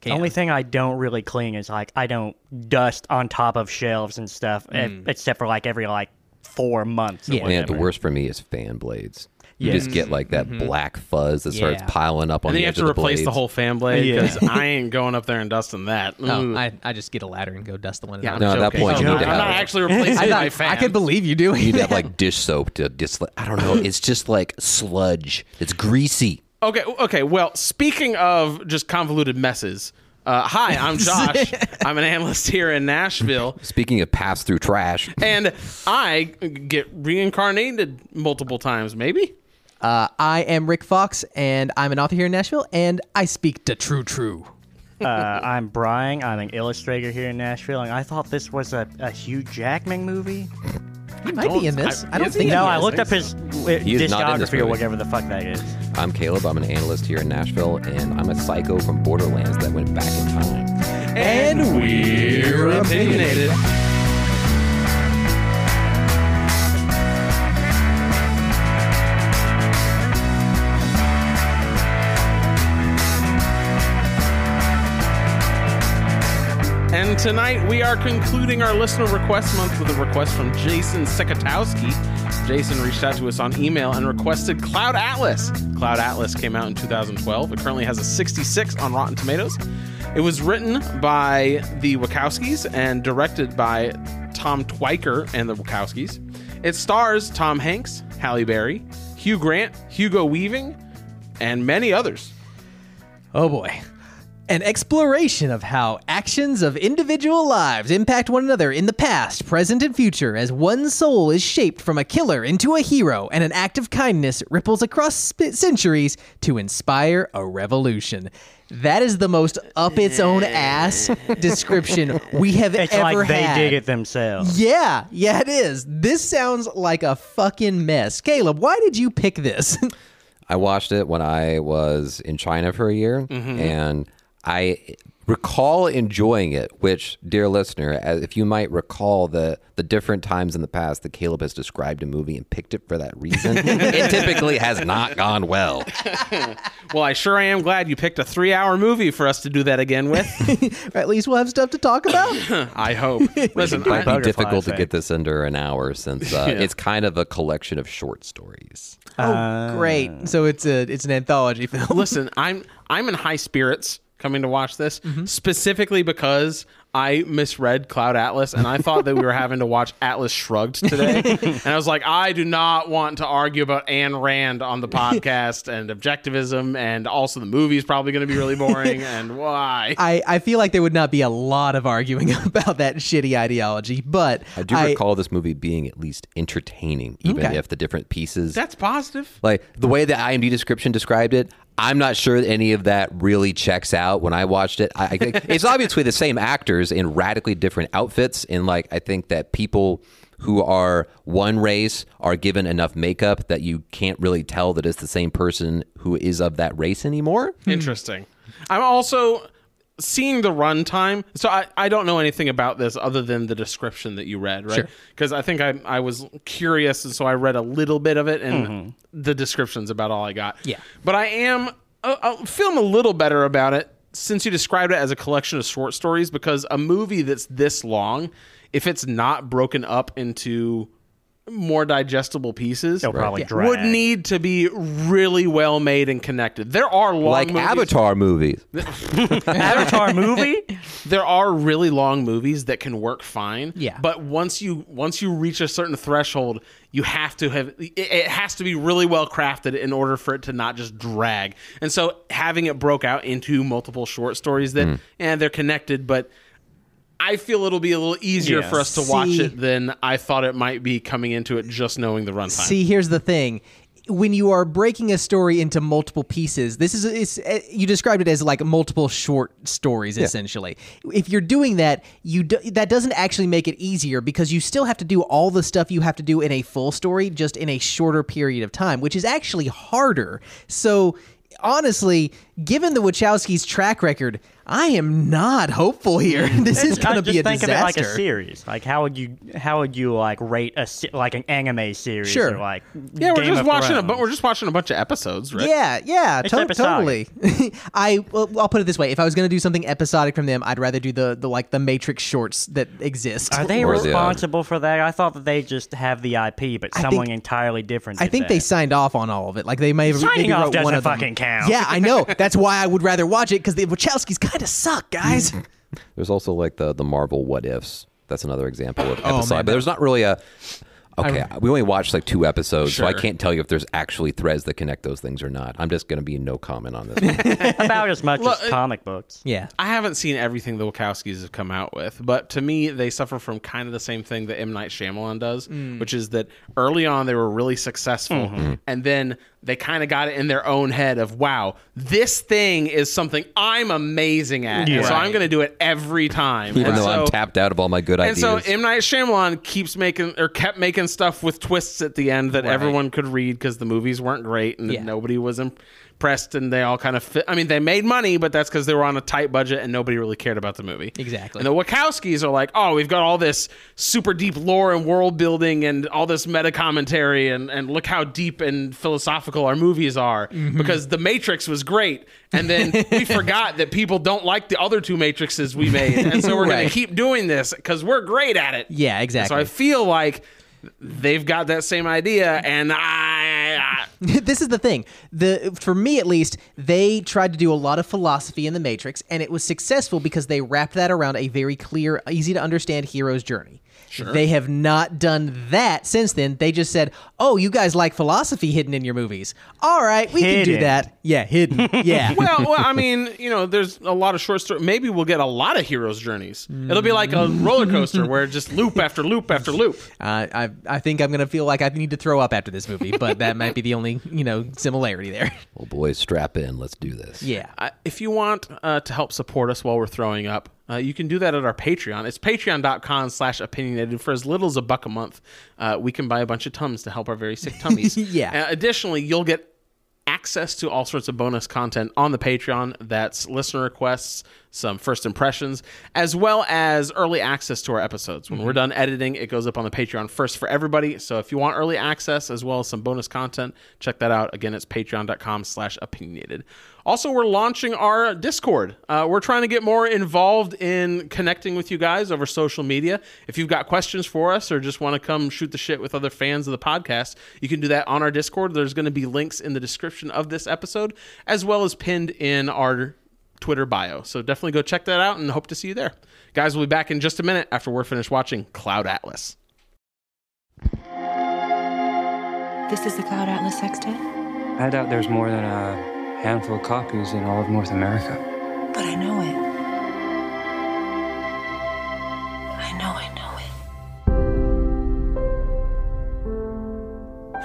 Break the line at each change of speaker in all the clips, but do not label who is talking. can.
Only thing I don't really clean is like I don't dust on top of shelves and stuff, e- except for like every like four months. Or
Mm. Yeah.
whatever.
Man, the worst for me is fan blades. You just get like that black fuzz that starts
Yeah.
piling up on
Mm-hmm. And
the
then you have
edge
to
of the
replace
blades.
the whole fan blade because I ain't going up there and dusting that.
Oh,
Mm.
I, I just get a ladder and go dust the one.
Yeah,
Yeah,
I'm
No, at that
joking.
point
I'm
you
not,
need to
I'm
have
not
it.
actually replacing my fan.
I could believe you doing
You'd
that.
have like dish soap to just. I don't know. It's just like sludge. It's greasy.
Okay, okay. Well, speaking of just convoluted messes, uh, hi, I'm Josh. I'm an analyst here in Nashville,
Speaking of pass through trash,
and I get reincarnated multiple times, maybe.
Uh, I am Rick Fox, and I'm an author here in Nashville, and I speak to true true.
Uh, I'm Brian. I'm an illustrator here in Nashville, and I thought this was a, a Hugh Jackman movie.
He might be in this. I, don't
is
think.
he?
No,
he
I
is.
looked up his uh,
He is not in this
discography or
movie.
whatever the fuck that is.
I'm Caleb. I'm an analyst here in Nashville, and I'm a psycho from Borderlands that went back in time.
And we're
Opinionated. And tonight we are concluding our listener request month with a request from Jason Sekatowski. Jason reached out to us on email and requested Cloud Atlas. Cloud Atlas came out in 2012. It currently has a 66 on Rotten Tomatoes. It was written by the Wachowskis and directed by Tom Twyker and the Wachowskis. It stars Tom Hanks, Halle Berry, Hugh Grant, Hugo Weaving, and many others.
Oh boy. An exploration of how actions of individual lives impact one another in the past, present, and future as one soul is shaped from a killer into a hero and an act of kindness ripples across sp- centuries to inspire a revolution. That is the most up its own ass description we have
It's
ever
like they
had.
did it themselves.
Yeah, yeah, it is. This sounds like a fucking mess. Caleb, why did you pick this?
I watched it when I was in China for a year, and I recall enjoying it. Which, dear listener, as- if you might recall the the different times in the past that Caleb has described a movie and picked it for that reason, it typically has not gone well.
Well, I sure am glad you picked a three hour movie for us to do that again with.
At least we'll have stuff to talk about.
I hope. Listen,
It might
I,
be difficult to
effect.
get this under an hour since uh, it's kind of a collection of short stories.
Oh,
Uh,
great! So it's a it's an anthology film.
listen, I'm I'm in high spirits coming to watch this specifically because I misread Cloud Atlas and I thought that we were having to watch Atlas Shrugged today, and I was like, I do not want to argue about Anne Rand on the podcast and objectivism, and also the movie is probably going to be really boring, and why?
I, I feel like there would not be a lot of arguing about that shitty ideology, but
I do recall this movie being at least entertaining, even
Okay.
if the different pieces.
That's positive.
like the way the IMDb description described it, I'm not sure any of that really checks out when I watched it. I, I think it's obviously the same actors in radically different outfits, and like I think that people who are one race are given enough makeup that you can't really tell that it's the same person who is of that race anymore.
Interesting. I'm also seeing the runtime. So I, I don't know anything about this other than the description that you read, right? Because I think I, I was curious, and so I read a little bit of it, and the description's about all I got.
Yeah.
But I am, uh, i feeling a little better about it since you described it as a collection of short stories because a movie that's this long, if it's not broken up into more digestible pieces,
They'll Oh, probably drag.
would need to be really well made and connected. There are long
Like
movies-
Avatar movies.
Avatar movie.
There are really long movies that can work fine.
Yeah.
But once you once you reach a certain threshold, you have to have it, it has to be really well crafted in order for it to not just drag. And so having it broke out into multiple short stories that and they're connected, but I feel it'll be a little easier
Yeah.
for us to watch
See-
it than I thought it might be coming into it just knowing the runtime.
See, here's the thing. When you are breaking a story into multiple pieces, this is it's, eh, you described it as like multiple short stories essentially. If you're doing that, you do, that doesn't actually make it easier because you still have to do all the stuff you have to do in a full story just in a shorter period of time, which is actually harder. So honestly, given the Wachowskis' track record, I am not hopeful here. This is going
I
to
just
be a
think
disaster.
of it like a series. Like how would you how would you like rate a se- like an anime series?
Sure.
Or like
Yeah, we're
Game
just
of
watching a
Thrones?
bu- we're just watching a bunch of episodes, right?
Yeah, yeah,
It's
to-
episodic.
totally. I well, I'll put it this way: if I was going to do something episodic from them, I'd rather do the, the like the Matrix shorts that exist.
Are they
Or the, uh,
responsible for that? I thought that they just have the IP, but
I think-
someone entirely different.
I
did
think
that.
they signed off on all of it. Like they may have
Signing
maybe
off
wrote
doesn't
one of them.
fucking count.
Yeah, I know. That's why I would rather watch it because the Wachowskis kind of suck, guys.
There's also like the the Marvel what ifs. That's another example of
Oh,
episode.
man,
but there's not really a. Okay, we only watched like two episodes, so I
Sure.
can't tell you if there's actually threads that connect those things or not. I'm just going to be no comment on this. one.
about as much
Look,
as comic books.
yeah.
I haven't seen everything the Wachowskis have come out with, but to me, they suffer from kind of the same thing that M. Night Shyamalan does, which is that early on they were really successful,
Mm-hmm.
and then they kind of got it in their own head of, wow, this thing is something I'm amazing at, and so
Right.
I'm going to do it every time.
Even
and
though
so,
I'm tapped out of all my good
And
ideas.
so M. Night Shyamalan keeps making or kept making stuff with twists at the end that everyone could read because the movies weren't great and
Yeah.
nobody was impressed and they all kind of fit. I mean, they made money, but that's because they were on a tight budget and nobody really cared about the movie.
Exactly.
And the Wachowskis are like, oh, we've got all this super deep lore and world building and all this meta commentary and, and look how deep and philosophical our movies are
Mm-hmm.
because The Matrix was great. And then we forgot that people don't like the other two Matrixes we made. And so we're going
Right.
to keep doing this because we're great at it.
Yeah,
So
exactly.
I feel like they've got that same idea. And I. I
this is the thing. The for me at least, they tried to do a lot of philosophy in the Matrix, and it was successful because they wrapped that around a very clear, easy to understand hero's journey. They have not done that since then. They just said, "Oh, you guys like philosophy hidden in your movies? All right, we can do
Hidden.
that. Yeah, hidden. Yeah, Uh,
well, well, I mean, you know, there's a lot of short story. Maybe we'll get a lot of heroes' journeys. It'll be like a roller coaster where just loop after loop after loop.
Uh, I I think I'm gonna feel like I need to throw up after this movie, but that might be the only you know similarity there.
oh boys, strap in. Let's do this.
Yeah.
Uh, if you want uh, to help support us while we're throwing up, uh, you can do that at our Patreon. It's patreon.com slash opinionated. For as little as a buck a month, uh, we can buy a bunch of Tums to help our very sick tummies.
Yeah.
Uh, additionally, you'll get access to all sorts of bonus content on the Patreon. That's listener requests, some first impressions, as well as early access to our episodes. When we're done editing, it goes up on the Patreon first for everybody. So if you want early access as well as some bonus content, check that out. Again, it's patreon.com slash opinionated. Also, we're launching our Discord. Uh, we're trying to get more involved in connecting with you guys over social media. If you've got questions for us or just want to come shoot the shit with other fans of the podcast, you can do that on our Discord. There's going to be links in the description of this episode, as well as pinned in our Twitter bio. So definitely go check that out and hope to see you there. Guys, we'll be back in just a minute after we're finished watching Cloud Atlas.
This is the Cloud Atlas Sextet,
I doubt there's more than a handful of copies in all of North America.
but I know it. I know I know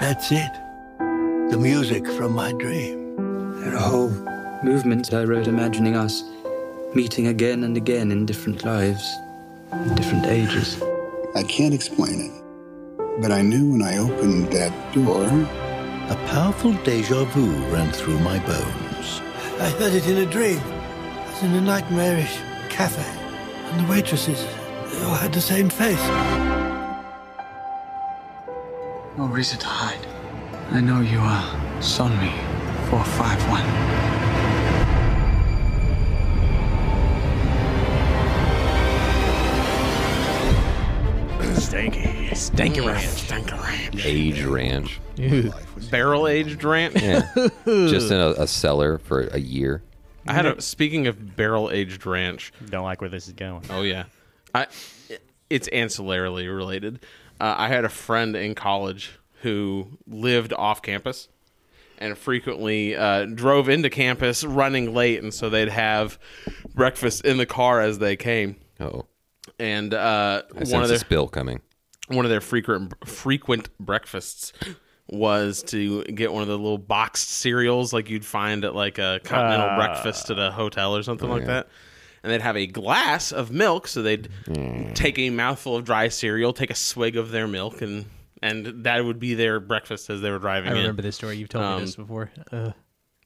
it.
That's it. The music from my dream.
There are whole movements I wrote imagining us meeting again and again in different lives, in different ages.
I can't explain it, but I knew when I opened that door.
A powerful deja vu ran through my bones. I heard it in a dream. I was in a nightmarish cafe. And the waitresses, they all had the same face.
No reason to hide. I know you are Sonmi 451.
Stanky Ranch.
Age ranch.
Barrel aged rant.
Yeah. just in a, a cellar for a year.
I had a speaking of barrel aged ranch.
Don't like where this is going.
Oh yeah, I it's ancillarily related. Uh, I had a friend in college who lived off campus and frequently uh, drove into campus running late, and so they'd have breakfast in the car as they came.
Oh,
And uh,
I
one
sense
of
a
their
spill coming.
one of their frequent frequent breakfasts was to get one of the little boxed cereals like you'd find at like a continental breakfast at a hotel or something like that. And they'd have a glass of milk, so they'd take a mouthful of dry cereal, take a swig of their milk, and and that would be their breakfast as they were driving
I
in.
remember this story. You've told
Um,
me this before. Uh,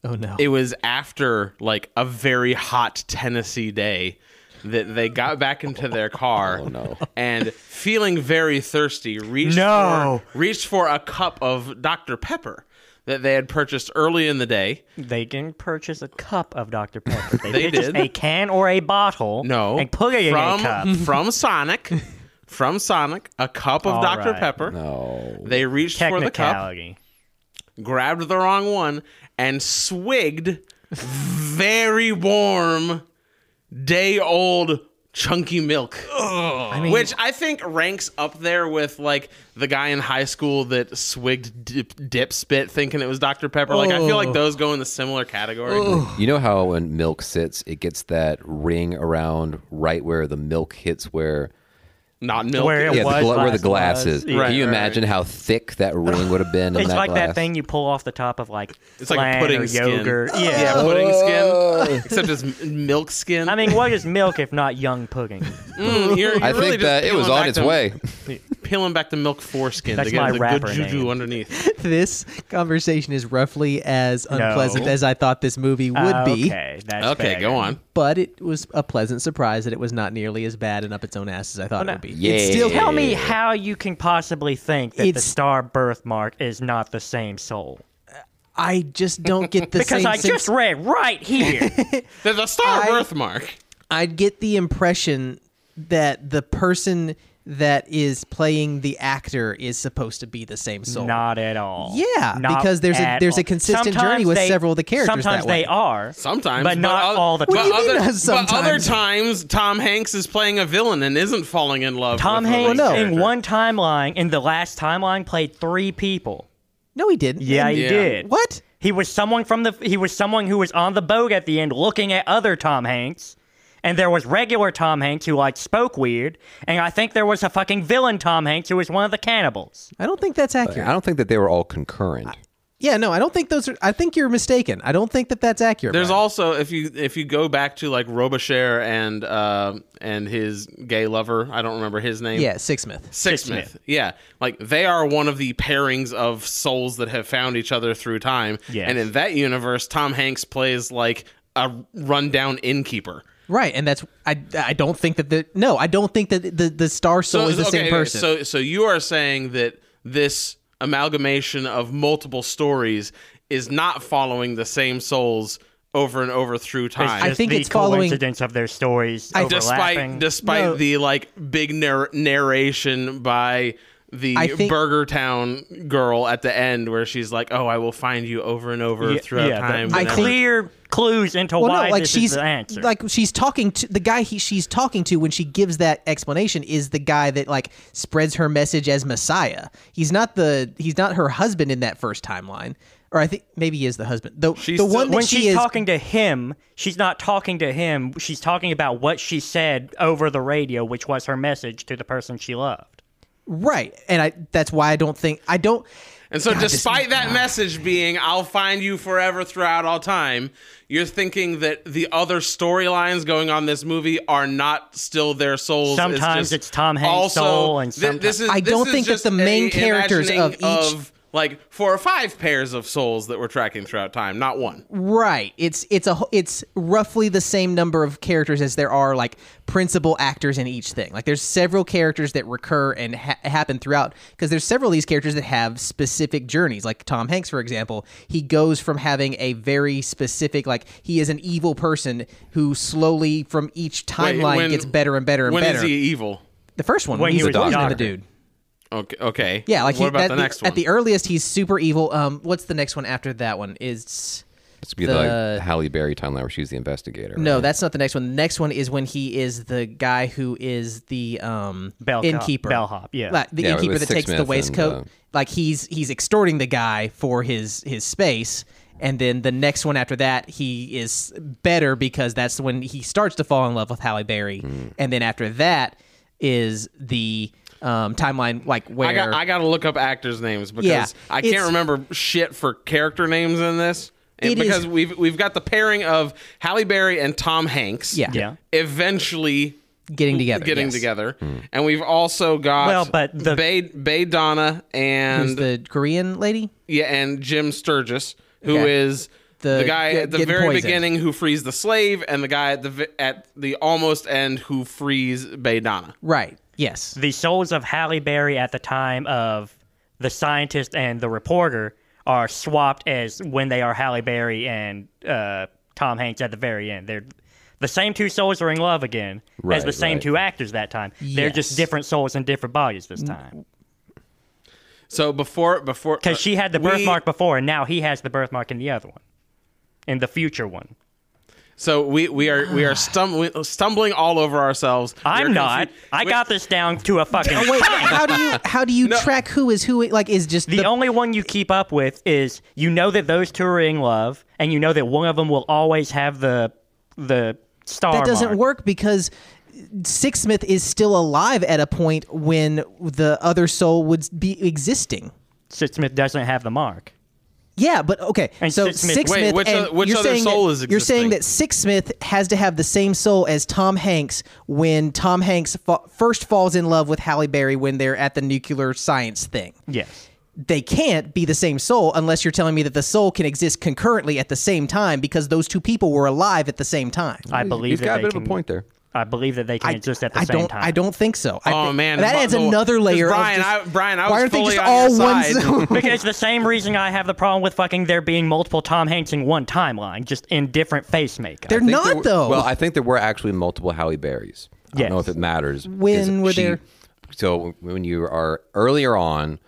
Oh no.
it was after like a very hot Tennessee day that they got back into their car and feeling very thirsty reached
No.
for, reached for a cup of Dr Pepper that they had purchased early in the day.
They didn't purchase a cup of Dr. Pepper. They,
They
purchased
did.
a can or a bottle.
No,
And put it in
from
a cup.
from Sonic, from Sonic, a cup of
All
Dr
right.
Pepper. No, they reached for the cup,
Technicality.
grabbed the wrong one, and swigged very warm, day old chunky milk. Which I think ranks up there with like the guy in high school that swigged dip, dip spit thinking it was Dr. Pepper. Like I feel like those go in the similar category.
You know how when milk sits, it gets that ring around right where the milk hits where
Not milk.
Where it
yeah, the
was
gla- where the
last
glass
was.
is.
Yeah.
Right,
Can you
right,
imagine how thick that ring would have been in
It's
that
like
glass?
that thing you pull off the top of like
It's like
flan
pudding
or
skin.
yogurt. Yeah.
Yeah, pudding skin. Except it's m- milk skin.
I mean, what is milk if not young pudding?
Mm, you're-
I
you're really
think
just
that it was
peeling
on
back
its
the-
way.
Peeling back the milk foreskin
That's
to get
my
the
rapper
good juju
name.
underneath.
this conversation is roughly as unpleasant as I thought this movie would be,
Okay, that's
Okay,
better.
go on.
but it was a pleasant surprise that it was not nearly as bad and up its own ass as I thought it would be.
Yeah.
It's still
Tell me how you can possibly think that
It's-
the star birthmark is not the same soul.
I just don't get the
Because
same
I
sense-
just read right here.
There's a star
I-
birthmark.
I get the impression that the person that is playing the actor is supposed to be the same soul.
Not at all.
Yeah,
Not
because there's a-
at
there's a
all.
consistent journey
Sometimes
with
they-
several of the characters
Sometimes
that way.
they are.
Sometimes,
but not
oth-
all the
but
time.
What do you mean,
other-
uh,
But other
sometimes?
times, Tom Hanks is playing a villain and isn't falling in love.
Tom
with the
Hanks
lead character.
in one timeline in the last timeline played three people.
No, he didn't.
Yeah, he
Yeah.
did.
What?
He was someone from the he was someone who was on the boat at the end looking at other Tom Hanks. And there was regular Tom Hanks who like spoke weird, and I think there was a fucking villain Tom Hanks who was one of the cannibals.
I don't think that's accurate.
I don't think that they were all concurrent.
Yeah, no, I don't think those are. I think you're mistaken. I don't think that that's accurate.
There's
Brian.
also if you if you go back to like Robichaire and uh, and his gay lover, I don't remember his name.
yeah, Sixsmith.
Sixsmith.
Sixsmith.
Yeah. Like they are one of the pairings of souls that have found each other through time.
Yes.
And in that universe, Tom Hanks plays like a rundown innkeeper.
Right, and that's I. I don't think that the no. I don't think that the the star soul is the
okay,
same
okay,
person.
So so you are saying that this amalgamation of multiple stories is not following the same souls over and over through
It's
time.
I
just
think
the
it's following-
coincidence of their stories
I-
overlapping.
despite despite
No.
the like big nar- narration by the
I think-
Burger Town girl at the end, where she's like, "Oh, I will find you over and over
Yeah,
throughout
yeah, the-
time."
the
I
whenever."
think-
clear clues into
well,
why
no, like
this
she's
is the answer.
like she's talking to the guy he, she's talking to when she gives that explanation is the guy that like spreads her message as Messiah. He's not the he's not her husband in that first timeline, or I think maybe he is the husband. The
She's
the
still-
one that
when
she
she's
is
talking to him, she's not talking to him. She's talking about what she said over the radio, which was her message to the person she loved.
right, and I that's why I don't think I don't.
and so, despite that message being "I'll find you forever throughout all time," you're thinking that the other storylines going on in this movie are not still their souls. It's
Sometimes
just
it's Tom Hanks'
also,
soul and
thi- this
sometimes-
is
I
this
don't
is
think that
just
the
a
main characters of
imagining
each-
of, like four or five pairs of souls that we're tracking throughout time, not one.
Right. It's it's a it's roughly the same number of characters as there are like principal actors in each thing. Like there's several characters that recur and ha- happen throughout because there's several of these characters that have specific journeys. Like Tom Hanks for example, he goes from having a very specific like he is an evil person who slowly from each
Wait,
timeline
when-
gets better and better and
when
better.
is he evil?
the first one
When
when
he
he's
was a
poisoning
doctor.
the dude.
Okay. Okay.
Yeah, like
what
he,
about
at
the next one?
At the earliest he's super evil. Um what's the next one after that one? Is
It's be
The-
like Halle Berry timeline where she's the investigator.
No,
right?
that's not the next one. The next one is when he is the guy who is the um
Bellco-
innkeeper.
bellhop, yeah.
Like, the
Yeah, it
innkeeper
was
that takes the
Sixsmith
waistcoat.
and, uh,
like he's he's extorting the guy for his his space. And then the next one after that, he is better because that's when he starts to fall in love with Halle Berry.
Hmm.
And then after that is the um, timeline, like where
I got I got to look up actors' names because
Yeah,
I
it's-
can't remember shit for character names in this. And
It is-
because we've we've got the pairing of Halle Berry and Tom Hanks.
Yeah.
Yeah.
Eventually
getting together,
getting
yes.
together, and we've also got
Well, but the-
Bay, Bay Donna
Who's
and
the Korean lady?
yeah and Jim Sturgis, who is
Okay. the,
the guy
get-
at the
getting
very
poisoned.
beginning who frees the slave, and the guy at the vi- at the almost end who frees Baydana.
Right. Yes.
the souls of Halle Berry at the time of the scientist and the reporter are swapped as when they are Halle Berry and uh, Tom Hanks at the very end. They're the same two souls are in love again as the
Right,
same
right.
two actors that time. They're
Yes.
just different souls in different bodies this time.
So before before
Because she had the
we-
birthmark before, and now he has the birthmark in the other one, in the future one.
So we we are we are stum- stumbling all over ourselves. We are
I'm
confu-
not. I
we-
got this down to a fucking.
Wait, how do you how do you
No.
track who is who? Like, is just
The,
the,
only one you keep up with is you know that those two are in love, and you know that one of them will always have the the star.
that doesn't
mark.
work because Sixsmith is still alive at a point when the other soul would be existing.
Sid Smith doesn't have the mark.
Yeah, but okay.
And
so
Sixsmith-
Sixsmith
Wait, which
and
oth- which
you're
other
saying
soul
that,
is
You're saying that
existing?
Sixsmith has to have the same soul as Tom Hanks when Tom Hanks fa- first falls in love with Halle Berry when they're at the nuclear science thing.
Yes.
They can't be the same soul unless you're telling me that the soul can exist concurrently at the same time because those two people were alive at the same time.
I believe
You've
that
got a
they
bit
can,
of a point there.
I believe that they can exist at the
I
same
don't,
time.
I don't think so. I
Oh
thi-
man,
that
the-
adds
the-
another
'cause
layer.
Brian,
of
I,
just,
Brian, I
why
was
aren't they
fully
just
on your
all one
side.
soul?
Because it's the same reason I have the problem with fucking there being multiple Tom Hanks in one timeline, just in different face makeup.
They're
I think there
not
were-
though.
Well, I think there were actually multiple Halle Berrys.
Yes.
I don't know if it matters.
When
'cause
were
she-
there-
So when you are earlier on,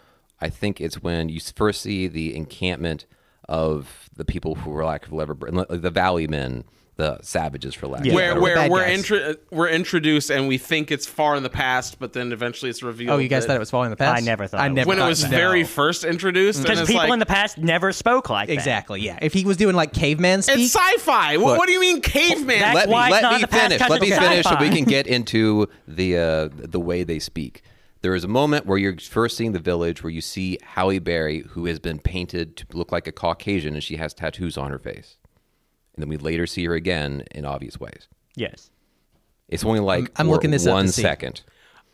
I think it's when you first see the encampment of the people who were lack of lever, the Valley Men, the savages for lack. of a
where
better
bad
where we're
guys.
intro- we're introduced and we think it's far in the past, but then eventually it's revealed.
oh, you guys
that
thought it was falling in the past.
I never thought
I
it was
never
when it
thought
was
that.
very first introduced.
Because people in the past never spoke like that.
Exactly. Yeah. If he was doing like caveman speak,
it's sci-fi. What, what do you mean, caveman?
That's
let me,
why it's
let
not
me
in the past
finish.
because
Let me
it's
finish so we
sci-fi.
can get into the uh, the way they speak. There is a moment where you're first seeing the village where you see Halle Berry, who has been painted to look like a Caucasian, and she has tattoos on her face. And then we later see her again in obvious ways.
Yes.
It's only like
I'm
for
looking this up to
one
see.
second.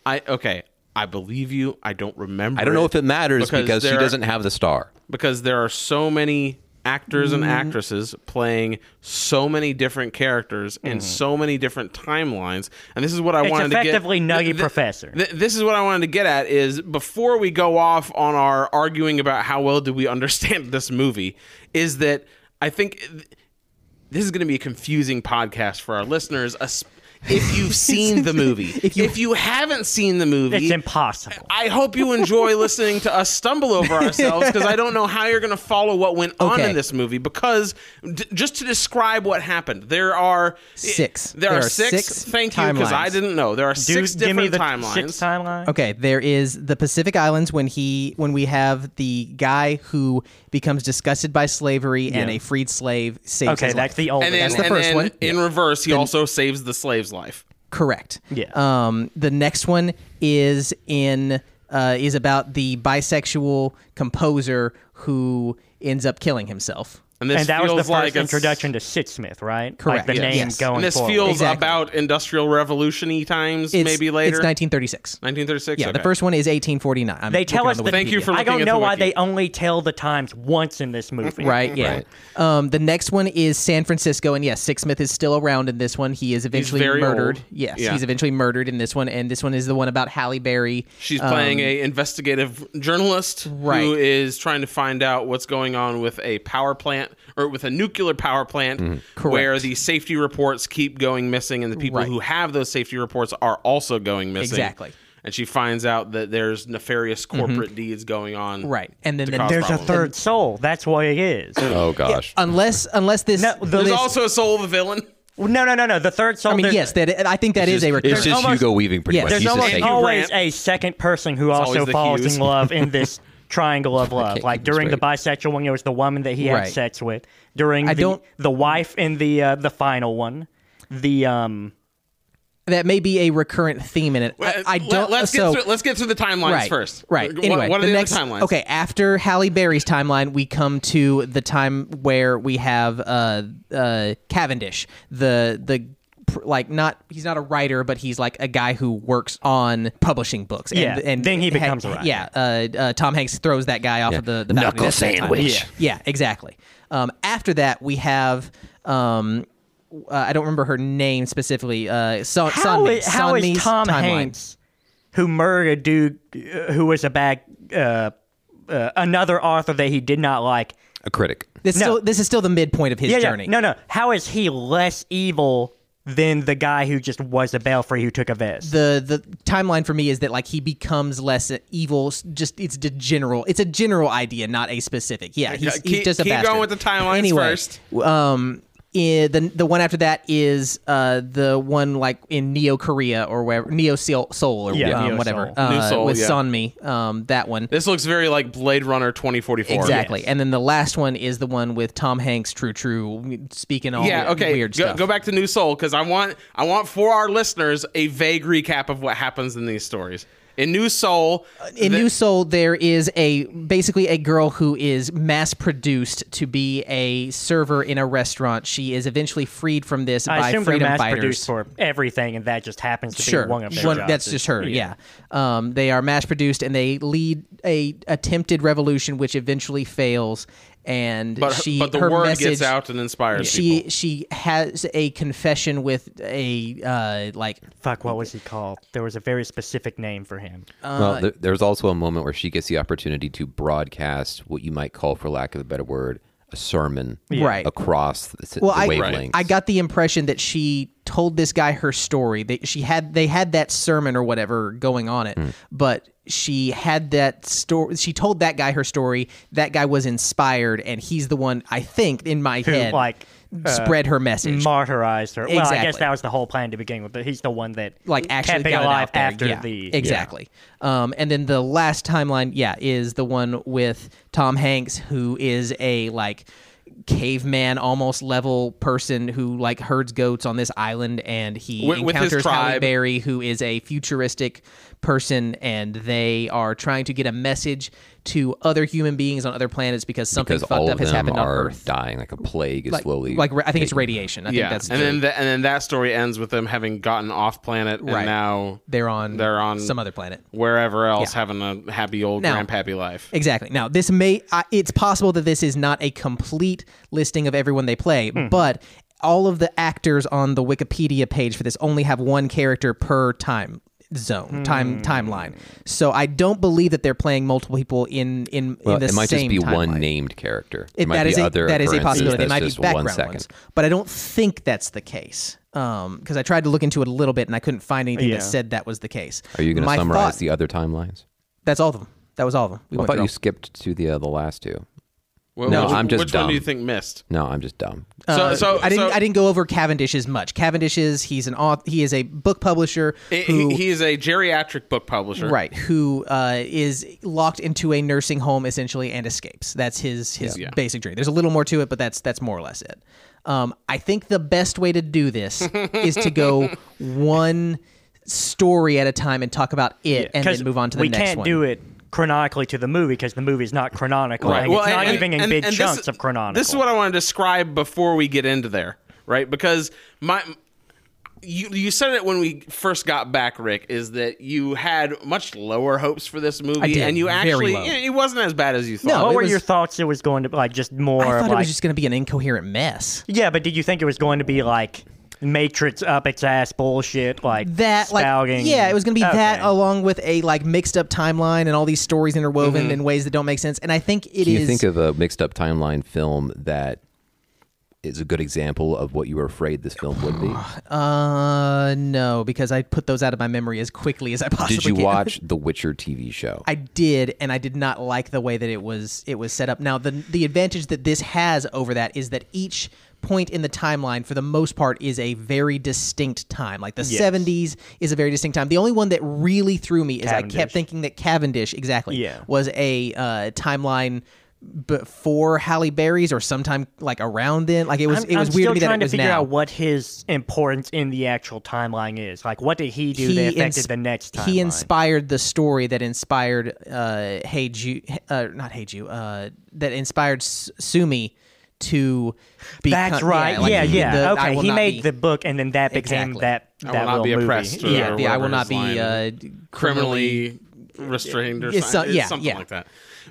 I okay. I believe you. I don't remember.
I don't know if it matters
Because
because, she
there-
doesn't have the star.
because there are so many actors
Mm-hmm.
and actresses playing so many different characters in so many different timelines and this is what i
Mm-hmm. It's
wanted to get
effectively Nuggy Professor.
th- this is what i wanted to get at is before we go off on our arguing about how well do we understand this movie is that i think th- this is going to be a confusing podcast for our listeners es- if you've seen the movie if you, haven't seen the movie
It's impossible.
I hope you enjoy listening to us stumble over ourselves because I don't know how you're going to follow what went on
Okay.
in this movie. Because d- just to describe what happened, there are eh,
Six.
There, are, six. thank you, because I
timelines.
didn't know there are
Do
six
give me
different
the
timelines.
six timeline.
Okay, there is the Pacific Islands when he when we have the guy who becomes disgusted by slavery and a freed slave saves
Okay,
his
that's
life.
the old.
and then,
That's the
and
first
then
one.
in reverse, he also saves the slave's life.
Correct.
Yeah.
Um, the next one is in uh, is about the bisexual composer who ends up killing himself.
And this
and that was
feels
the first
like it's-
introduction to Sid Smith, right? Like
Correct.
the
Yes.
name
Yes.
going
And this
forward.
feels
Exactly.
about industrial revolution-y times,
It's,
maybe later.
It's 1936.
1936.
Yeah, the
okay.
first one is 1849. I'm
they tell
looking
us
on
the
the
Thank you
Wikipedia.
for
I
looking
don't
at the
know why
wiki.
they only tell the times once in this movie.
Right. Yeah. Um, the next one is San Francisco, and yes, Sixsmith is still around in this one. He is eventually
very
murdered.
old.
Yes,
Yeah.
he's eventually murdered in this one, and this one is the one about Halle Berry. Uh,
She's playing a investigative journalist
Um, Right.
who is trying to find out what's going on with a power plant or with a nuclear power plant where
Mm-hmm. Correct.
the safety reports keep going missing and the people
Right.
who have those safety reports are also going missing.
Exactly. Mm-hmm.
And she finds out that there's nefarious corporate deeds going on.
Right, and then,
to
then
cause
there's
problems.
a
Third soul. That's what it is.
Oh gosh.
unless unless this.
No, the-
list-
There's also a soul of the villain.
no, no, no, no. The third soul.
I mean,
there's,
yes, that I think that is
it's
a
just,
recurring.
it's just
almost-
Hugo Weaving pretty
yes.
much.
There's
He's just
almost
saying,
Hugh
always
Grant.
a second person who also
always the
falls
Hughes.
in love in this triangle of love.
keep
Like
it
during the
straight.
bisexual one, it was the woman that he
Right.
had sex with. During
I
the
don't-
the wife in the uh, the final one, the um
that may be a recurrent theme in it. I, I
Let-
don't.
Let's get
so,
through, let's get through the timelines
right,
first.
Right.
What,
Anyway,
what are
the,
the, other
next
timelines?
Okay, after Halle Berry's timeline, we come to the time where we have uh, uh, Cavendish, the the pr- like not he's not a writer, but he's like a guy who works on publishing books. And,
Yeah,
and
then he
ha-
becomes a writer.
Yeah, uh, uh, Tom Hanks throws that guy off of the, the balcony.
Knuckle
That's that time.
sandwich.
Yeah. Yeah, exactly. Um, after that, we have. Um, uh, I don't remember her name specifically. Uh, Son,
How
Sonmi-
is, how is
Sonmi's
Tom
timeline.
Hanks, who murdered a dude uh, who was a bad, uh, uh, another author that he did not like?
A critic.
This,
No.
still, this is still the midpoint of his
Yeah,
journey.
yeah. No, no. How is he less evil than the guy who just was a belfry who took a vest?
the the timeline for me is that like he becomes less evil. s- Just it's the general. It's a general idea, not a specific. Yeah, he's,
keep-
he's just a
keep going
bastard.
with the timelines
anyway,
first.
Um, i- the the one after that is uh the one like in Neo Korea or wherever Neo Seol- Seoul or
Yeah,
um,
Neo
whatever
Seoul.
New
uh,
Seoul,
with
yeah.
Sonmi. Um, that one.
This looks very like Blade Runner 2044.
Exactly, and then the last one is the one with Tom Hanks, True True, speaking all
Yeah.
weird,
Okay.
weird
go,
stuff.
go back to New Soul because I want I want for our listeners a vague recap of what happens in these stories. In New Soul,
in
the-
New Soul, there is a basically a girl who is mass produced to be a server in a restaurant. She is eventually freed from this
I
by
assume they're
freedom
mass
fighters.
produced for everything, and that just happens to
Sure,
be one of their jobs.
that's just her. Yeah, Um, they are mass produced and they lead a attempted revolution, which eventually fails. And
but,
she,
but the
her
word
message,
gets out and inspires
She
people.
she has a confession with a uh, like
Fuck, what was he called? There was a very specific name for him.
Uh,
well, there, there's also a moment where she gets the opportunity to broadcast what you might call, for lack of a better word, a sermon
Right.
across the, s- the
I,
wavelengths.
I got the impression that she told this guy her story. They, she had they had that sermon or whatever going on
Hmm.
it, but she had that story. She told that guy her story. That guy was inspired, and he's the one I think in my
Who,
head
like, uh,
spread her message.
Martyrized her. Well, I guess
Exactly.
that was the whole plan to begin with. But he's the one that
like actually
kept it
got it
alive
out there.
after
yeah,
the
exactly. Um, and then the last timeline, yeah, is the one with Tom Hanks, who is a like caveman almost level person who like herds goats on this island, and he
With- with his
encounters Halle
tribe.
Berry, who is a futuristic person, and they are trying to get a message to other human beings on other planets because something
because
fucked
all
up
of
has
them
happened on
are
Earth.
dying like a plague is
Like,
slowly.
like ra- I think it's radiation. I think
yeah.
that's
and
the-
then the, and then that story ends with them having gotten off planet
Right.
and now
they're on
they're on
some other planet.
wherever else having a happy old
Now-
grandpappy life.
Exactly. Now, this may, I it's possible that this is not a complete listing of everyone they play, but all of the actors on the Wikipedia page for this only have one character per time zone, time timeline. So I don't believe that they're playing multiple people in in,
well,
in the
it might just
same
be
timeline.
one named character.
It,
It might
that
be
is a,
other
that is a
occurrences
possibility. It
that's
might be
just one
background
second.
ones, but I don't think that's the case. Because I tried to look into it a little bit and I couldn't find anything
Yeah.
that said that was the case.
Are you going
My
to summarize
thought-
the other timelines?
That's all of them. That was all of them. We
I
went
thought
through
you skipped to the uh, the last two.
Wh-
No,
which,
I'm just
Which one do you
dumb.
think missed?
No, I'm just dumb.
so so
Uh, I didn't.
so
I didn't go over Cavendish as much. Cavendish is he's an author. He is a book publisher
he-
who
he, he is a geriatric book publisher.
right who uh, is locked into a nursing home essentially and escapes. That's his his basic journey. There's a little more to it, but that's that's more or less it. Um, I think the best way to do this is to go one story at a time and talk about it, and
Because
then move on to the
we
next
can't
one.
do it chronologically to the movie because the movie's not canonical. and it's not even in big
and this
chunks
is-
of canonical.
This is what I want to describe before we get into there, right? Because my you you said it when we first got back, Rick, is that you had much lower hopes for this movie,
did,
and you
very
actually
low.
it, it wasn't as bad as you thought.
No,
what
it
were
was-
your thoughts? It was going to like just more.
I thought
like,
it was just going to be an incoherent mess.
Yeah, but did you think it was going to be like Matrix up its ass bullshit? Like
that like
spouting?
yeah it was gonna be that
Okay.
along with a like mixed up timeline and all these stories
Mm-hmm.
interwoven in ways that don't make sense and i think it is.
Can you think of a mixed up timeline film that is a good example of what you were afraid this film would be?
uh no because i put those out of my memory as quickly as i possibly
Did you
can.
watch The Witcher TV show?
i did and i did not like the way that it was it was set up now the the advantage that this has over that is that each point in the timeline for the most part is a very distinct time like the 70s is a very distinct time the only one that really threw me is i kept
Cavendish.
thinking that cavendish exactly
Yeah.
was a uh, timeline before Halle Berry's or sometime like around then. Like it was
I'm,
it was
I'm
weird
still
to me that
trying
it was
to figure
now.
out what his importance in the actual timeline is. Like, what did he do that affected
ins-
the next timeline?
He inspired the story that inspired uh Hey Ju uh not Hey Ju uh that inspired S- Sumi to be
That's right. Yeah,
like
yeah.
he did the I
okay,
will
he
not
made
be-
the book, and then that became
Exactly.
that.
I will
that
not
little
be
movie.
oppressed or
Yeah.
yeah, the I will
whatever
not
his
be
line
uh,
is.
criminally
criminally restrained or
It's
some-
so- yeah,
something
yeah.
like that.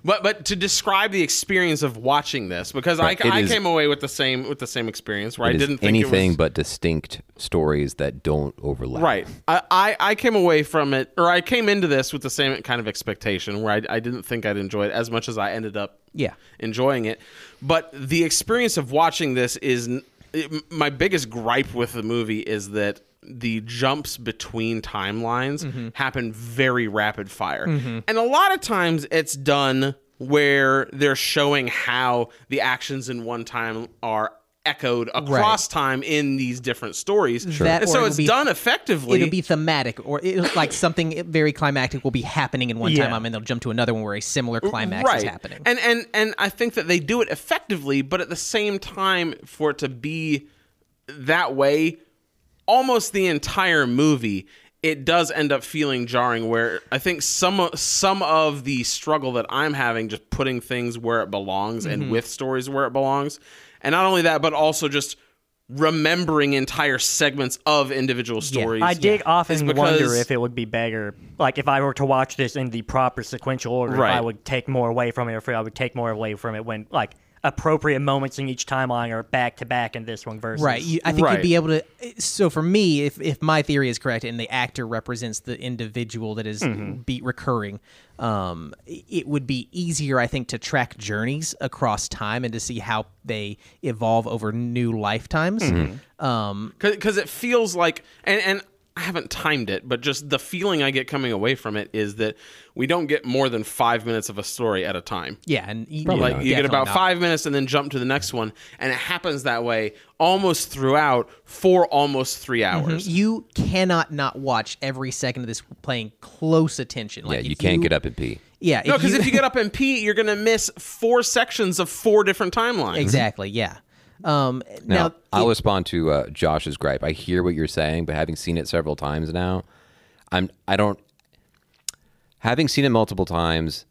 But but to describe the experience of watching this because
Right,
I,
it
I
is-
came away with the same with the same experience where I
It is
didn't think it was-
anything but distinct stories that don't overlap.
Right. I, I, I came away from it, or I came into this with the same kind of expectation where I, I didn't think I'd enjoy it as much as I ended up
Yeah.
enjoying it. But the experience of watching this is n- it, my biggest gripe with the movie is that the jumps between timelines
Mm-hmm.
happen very rapid fire. And a lot of times it's done where they're showing how the actions in one time are echoed across time in these different stories.
That
and
or
so
it'll
it's
be-
done effectively.
It'll be thematic, or it, like something very climactic will be happening in one
Yeah.
time, um, and they'll jump to another one where a similar climax is happening.
And and and I think that they do it effectively, but at the same time, for it to be that way, almost the entire movie, it does end up feeling jarring. Where I think some of- some of the struggle that I'm having, just putting things where it belongs
Mm-hmm.
and with stories where it belongs, and not only that, but also just remembering entire segments of individual stories.
I did often
because-
wonder if it would be better, like if I were to watch this in the proper sequential order, if I
Right.
would take more away from it, or if I would take more away from it when like appropriate moments in each timeline are back to back in this one versus
Right. You, I think
Right.
you'd be able to. eh, So for me, if if my theory is correct, and the actor represents the individual that is
Mm-hmm.
be recurring, um, i- it would be easier, I think, to track journeys across time and to see how they evolve over new lifetimes.
Mm-hmm.
Um,
because it feels like and and I haven't timed it, but just the feeling I get coming away from it is that we don't get more than five minutes of a story at a time.
yeah, and you,
Like you get
definitely
about
not.
five minutes and then jump to the next one, and it happens that way almost throughout for almost three
Mm-hmm.
hours.
You cannot not watch every second of this playing close attention.
Yeah,
Like
you
if
can't get up and pee.
Yeah,
No, because if you get up and pee, you're gonna miss four sections of four different timelines.
exactly, yeah. Um,
Now,
now,
I'll respond to uh, Josh's gripe. I hear what you're saying, but having seen it several times now, I'm I don't having seen it multiple times,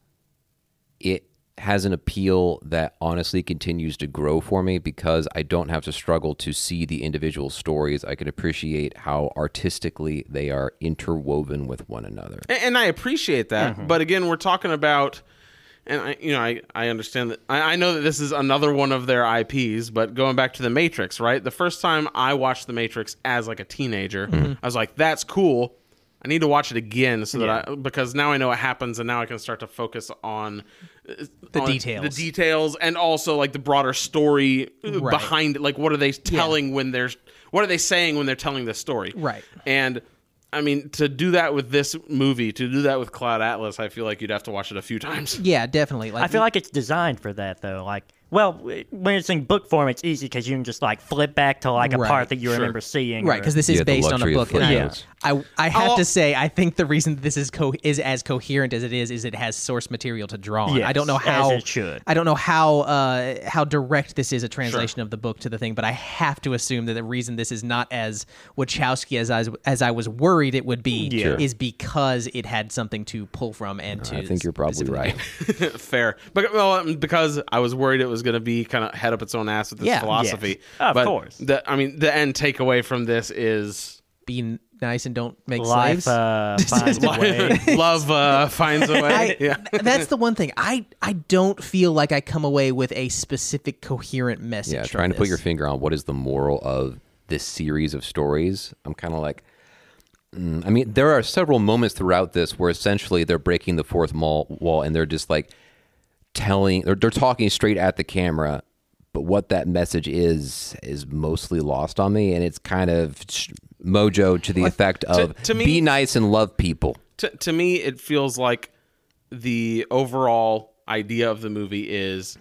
it has an appeal that honestly continues to grow for me because I don't have to struggle to see the individual stories. I can appreciate how artistically they are interwoven with one another.
A- and, I appreciate that.
Mm-hmm.
But again, we're talking about, and I, you know, I, I understand that. I, I know that this is another one of their IPs. But going back to the Matrix, right? The first time I watched the Matrix as like a teenager,
Mm-hmm.
I was like, "That's cool." I need to watch it again so that I because now I know what happens and now I can start to focus on uh,
The
on
details.
the details, and also like the broader story uh,
Right.
behind it. Like, what are they telling when they're what are they saying when they're telling the story?
Right.
And I mean, to do that with this movie, to do that with Cloud Atlas, I feel like you'd have to watch it a few times.
yeah, definitely. Like,
I feel like it's designed for that though. Like, well, w- when it's in book form, it's easy because you can just like flip back to like a
Right,
part that you remember seeing.
right
or-
because this is
Yeah, the
based on a
luxury of
book and I,
footnotes.
I i
Oh,
have
I'll-
to say i think the reason this is co- is as coherent as it is is it has source material to draw on i don't know
Yes,
how
as it should.
i don't know how uh how direct this is a translation of the book to the thing but i have to assume that the reason this is not as wachowski as i as i was worried it would be
Yeah. Sure.
is because it had something to pull from and to
I think you're probably
specifically-
right.
Fair, but well, um, because I was worried it was going to be kind of head up its own ass with this
Yeah.
philosophy.
Yes. Of
but
course.
the- I mean, the end takeaway from this is
be nice and don't make
Life
slaves
uh, finds a way.
love uh, finds a way.
I,
yeah.
th- that's the one thing. I I don't feel like I come away with a specific coherent message.
Yeah,
from
trying to put
this.
your finger on what is the moral of this series of stories. I'm kind of like, mm, I mean, there are several moments throughout this where essentially they're breaking the fourth wall, wall and they're just like telling, they're, they're talking straight at the camera. But what that message is is mostly lost on me, and it's kind of sh- mojo to the effect of
to me-
be nice and love people.
to, to me it feels like the overall idea of the movie is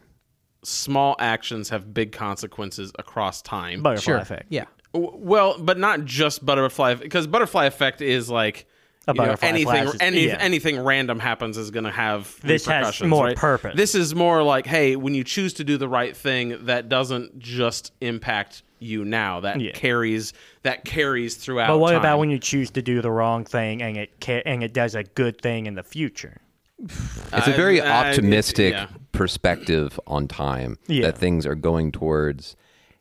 small actions have big consequences across time
Butterfly
sure.
effect.
Yeah,
W- well but not just butterfly because butterfly effect is like
A
you know,
butterfly
anything
flashes-
any,
yeah.
anything random happens is going to have
This has
repercussions,
more
right?
purpose.
this is more like hey when you choose to do the right thing that doesn't just impact you now that
Yeah.
carries that carries throughout
But what
time.
about when you choose to do the wrong thing and it ca- and it does a good thing in the future?
It's a very
I- I-
optimistic
yeah.
perspective on time
Yeah.
that things are going towards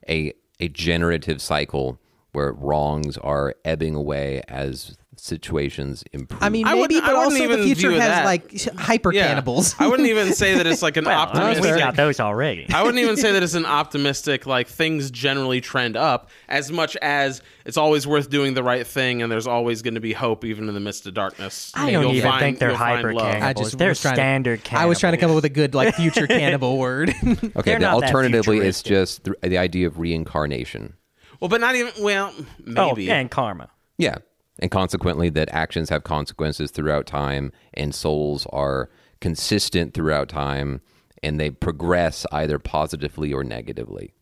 a a generative cycle where wrongs are ebbing away as situations improve.
I mean,
I
maybe,
wouldn't- I
but also
wouldn't
the
even
future
view
has
that.
like sh- hyper
Yeah.
cannibals.
I wouldn't even say that it's like an
Well, Uh, we
optimistic.
got those already.
I wouldn't even say that it's an optimistic like things generally trend up as much as it's always worth doing the right thing and there's always going to be hope even in the midst of darkness.
I don't
You'll
even
find-
think they're
you'll find
hyper
love.
I
cannibals.
just
They're
was trying to-
standard
I was trying to
cannibals.
come up with a good like future cannibal word.
okay,
they're
then
not that
alternatively, it's just the, the idea of reincarnation.
Well, but not even well,
Oh,
maybe.
yeah, and karma.
Yeah. And consequently, that actions have consequences throughout time, and souls are consistent throughout time, and they progress either positively or negatively.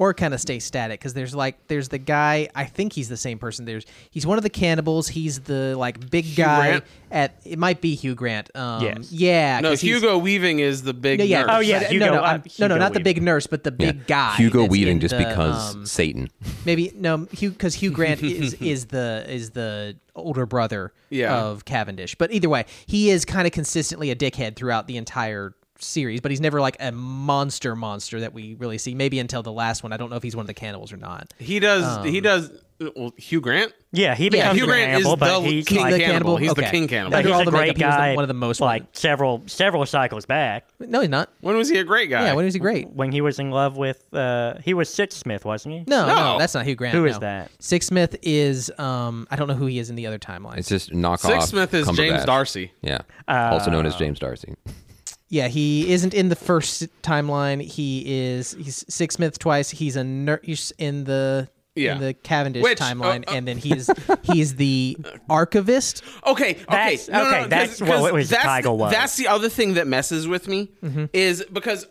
or kind of stay static because there's like there's the guy I think he's the same person. There's he's one of the cannibals. He's the like big guy
Grant?
at it might be Hugh Grant. Um,
Yes.
Yeah.
No,
'cause he's-
Hugo Weaving is the big
Yeah, yeah.
nurse.
Oh, yeah.
but-
Hugo,
no, no,
uh,
I'm- no, no,
Hugo
not the big nurse, but the big guy.
Hugo
that's
Weaving
in
just
the,
because
um,
Satan.
Maybe no, Hugh because Hugh Grant is is the is the older brother
Yeah.
of Cavendish. But either way, he is kind of consistently a dickhead throughout the entire series. But he's never like a monster monster that we really see. Maybe until the last one. I don't know if he's one of the cannibals or not.
He does he does well, Hugh Grant?
Yeah, he becomes
Hugh
a
Grant
cannibal,
is
but
the
he's
king
like,
cannibal. He's the
Okay.
king cannibal.
Like,
he's
all
a
the
great
makeup, he was the-
guy.
one of the most
like several several cycles back
No, he's not.
When was he a great guy?
Yeah, when is he great?
when he was in love with uh he was Sid Smith, wasn't he?
No, no,
No.
that's not Hugh Grant.
Who is
no.
that?
Six Smith is um I don't know who he is in the other timeline.
It's just knockoff.
Sixth Smith is James
Cumberbatch.
Darcy. Uh,
Yeah. also known as James Darcy.
Yeah, he isn't in the first timeline. He is he's Six Smith twice. He's a nurse in the
Yeah.
in the Cavendish
Which, uh,
timeline,
uh,
and then he's he's the archivist.
Okay, okay,
That's-
no, no,
okay,
no, 'cause-
that's what
'cause
it was-
that's
Tyga
the,
was. Mm-hmm.
That's the other thing that messes with me is because uh,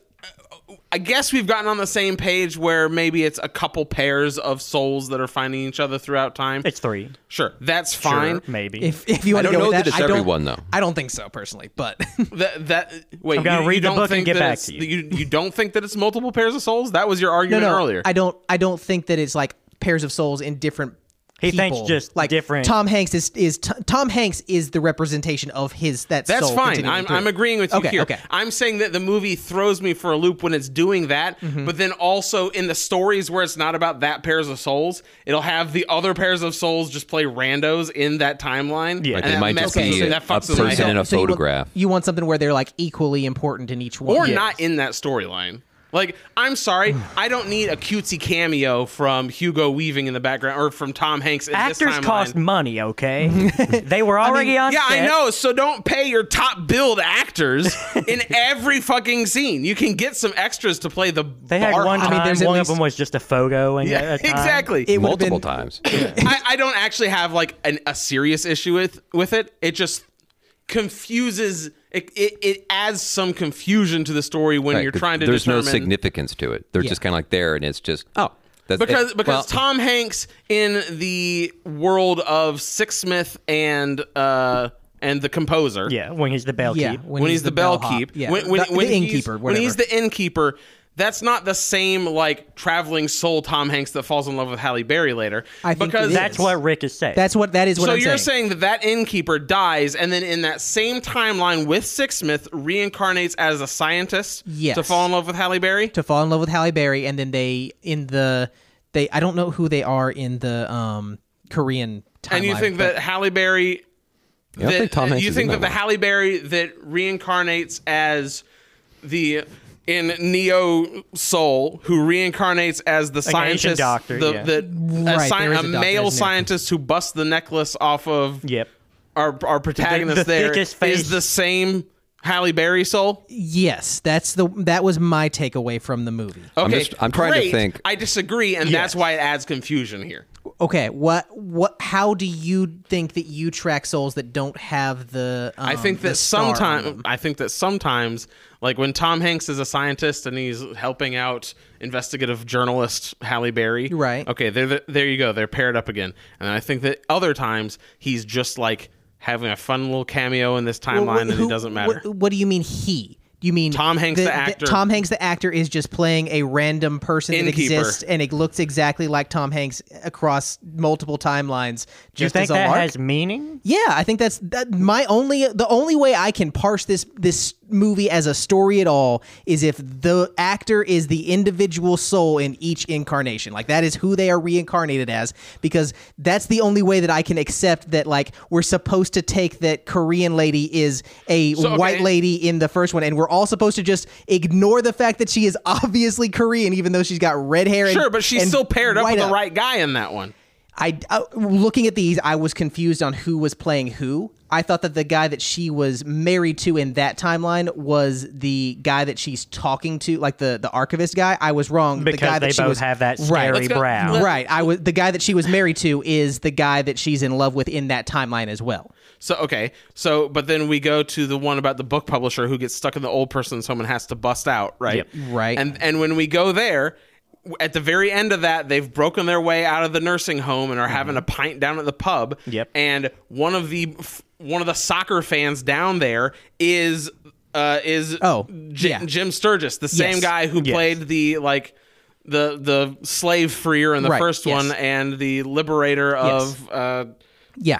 I guess we've gotten on the same page where maybe it's a couple pairs of souls that are finding each other throughout time.
It's three.
sure, that's fine.
Sure, maybe.
If if you want
don't
to go
know
with
that
that,
it's
I don't,
everyone, though.
I don't think so personally, but
That that wait,
I'm gonna
you- you,
read the
don't
book and
think
get
that
back
it's-
to you.
you. You don't think that it's multiple pairs of souls? That was your
no,
argument
no,
earlier.
I don't I don't think that it's like pairs of souls in different.
He
people.
thinks just
like
different-
Tom Hanks is is T- Tom Hanks is the representation of his that
That's
soul
fine.
continuing
I'm,
through.
I'm agreeing with you
Okay,
here.
okay.
I'm saying that the movie throws me for a loop when it's doing that, but then also in the stories where it's not about that pairs of souls, it'll have the other pairs of souls just play randos in that timeline.
Yeah. Like,
and
it
that
might just
messes
be
with me.
a
that fucks with my
person in a
head.
you want-
photograph.
You want, something where they're like equally important in each one,
or not in that storyline. Like, I'm sorry, I don't need a cutesy cameo from Hugo Weaving in the background or from Tom Hanks in this
Actors
timeline.
cost money, okay? they were already on
Yeah, I
set.
know. So don't pay your top billed actors in every fucking scene. You can get some extras to play the.
They had
bar
one
hop.
time.
mean, there's at
one
least-
of them was just a photo. And
Yeah,
a time.
exactly.
It would've
Multiple
been-
times.
I, I don't actually have like an, a serious issue with with it. It just confuses. It, it, it adds some confusion to the story when
Right,
you're
'cause
trying to
There's
determine.
no significance to it. They're
Yeah.
just kind of like there, and it's just, oh. That's,
because
it-
because
well,
Tom Hanks in the world of Six Smith and uh and the composer.
Yeah, when he's the bellkeep.
Yeah,
Yeah,
when, he's, the, bell
bellhop.
keep,
yeah,
when, when,
the,
when
the
he's-
innkeeper,
when
whatever.
he's the innkeeper, that's not the same like traveling soul Tom Hanks that falls in love with Halle Berry later.
I think
because
it is.
That's what Rick is saying.
That's what that is. What
so
I'm
you're
saying.
saying. that that innkeeper dies, and then in that same timeline with Sixsmith reincarnates as a scientist
Yes.
to fall in love with Halle Berry.
to fall in love with Halle Berry, and then they in the they I don't know who they are in the um Korean timeline.
and you think
but
that Halle Berry,
I don't think Tom Hanks
you
is
think
in
that the
that
Halle Berry that reincarnates as the in Neo Soul, who reincarnates as the
Asian
scientist,
doctor,
the,
yeah.
the a,
Right,
sci-
there is
a
a doctor, isn't
male
there?
scientist who busts the necklace off of
Yep.
our our protagonist
the
there
thickest
is
face.
the same Halle Berry soul.
yes, that's the that was my takeaway from the movie.
Okay,
just- I'm trying to
great.
think.
I disagree, and that's why it adds confusion here.
Okay, what what? How do you think that you track souls that don't have the? Um,
I think
the
that
star on
sometimes
them?
I think that sometimes like when Tom Hanks is a scientist and he's helping out investigative journalist Halle Berry.
Right.
Okay, there there- there you go. They're paired up again. And I think that other times he's just like having a fun little cameo in this timeline
Well,
and
who-
it doesn't matter.
What, what do you mean he? You mean
Tom Hanks, the actor.
Tom Hanks, the actor, is just playing a random person
Innkeeper.
that exists, and it looks exactly like Tom Hanks across multiple timelines.
Do you
Just
think
as a
that
lark.
has meaning?
Yeah, I think that's that. My only, the only way I can parse this this movie as a story at all is if the actor is the individual soul in each incarnation. Like that is who they are reincarnated as because that's the only way that I can accept that like we're supposed to take that Korean lady is a
So,
white
okay.
lady in the first one and we're all supposed to just ignore the fact that she is obviously Korean even though she's got red hair and
Sure, but she's
and
still paired up
white
with the right guy in that one.
I uh, looking at these, I was confused on who was playing who. I thought that the guy that she was married to in that timeline was the guy that she's talking to, like the the archivist guy. I was wrong. the
because
guy
they
that she
both
was,
have that
Right.
scary
Let's go-
brow.
let-
Right, I was the guy that she was married to is the guy that she's in love with in that timeline as well.
So okay, so but then we go to the one about the book publisher who gets stuck in the old person's home and has to bust out, right?
Right.
And and when we go there, w- at the very end of that, they've broken their way out of the nursing home and are having a
Mm-hmm.
pint down at the pub.
Yep.
And one of the f- one of the soccer fans down there is uh is
Oh,
J-
yeah.
Jim Sturgis, the same
Yes.
guy who
Yes.
played the like the the slave freer in the
Right,
first
yes.
one and the liberator of uh
Yeah,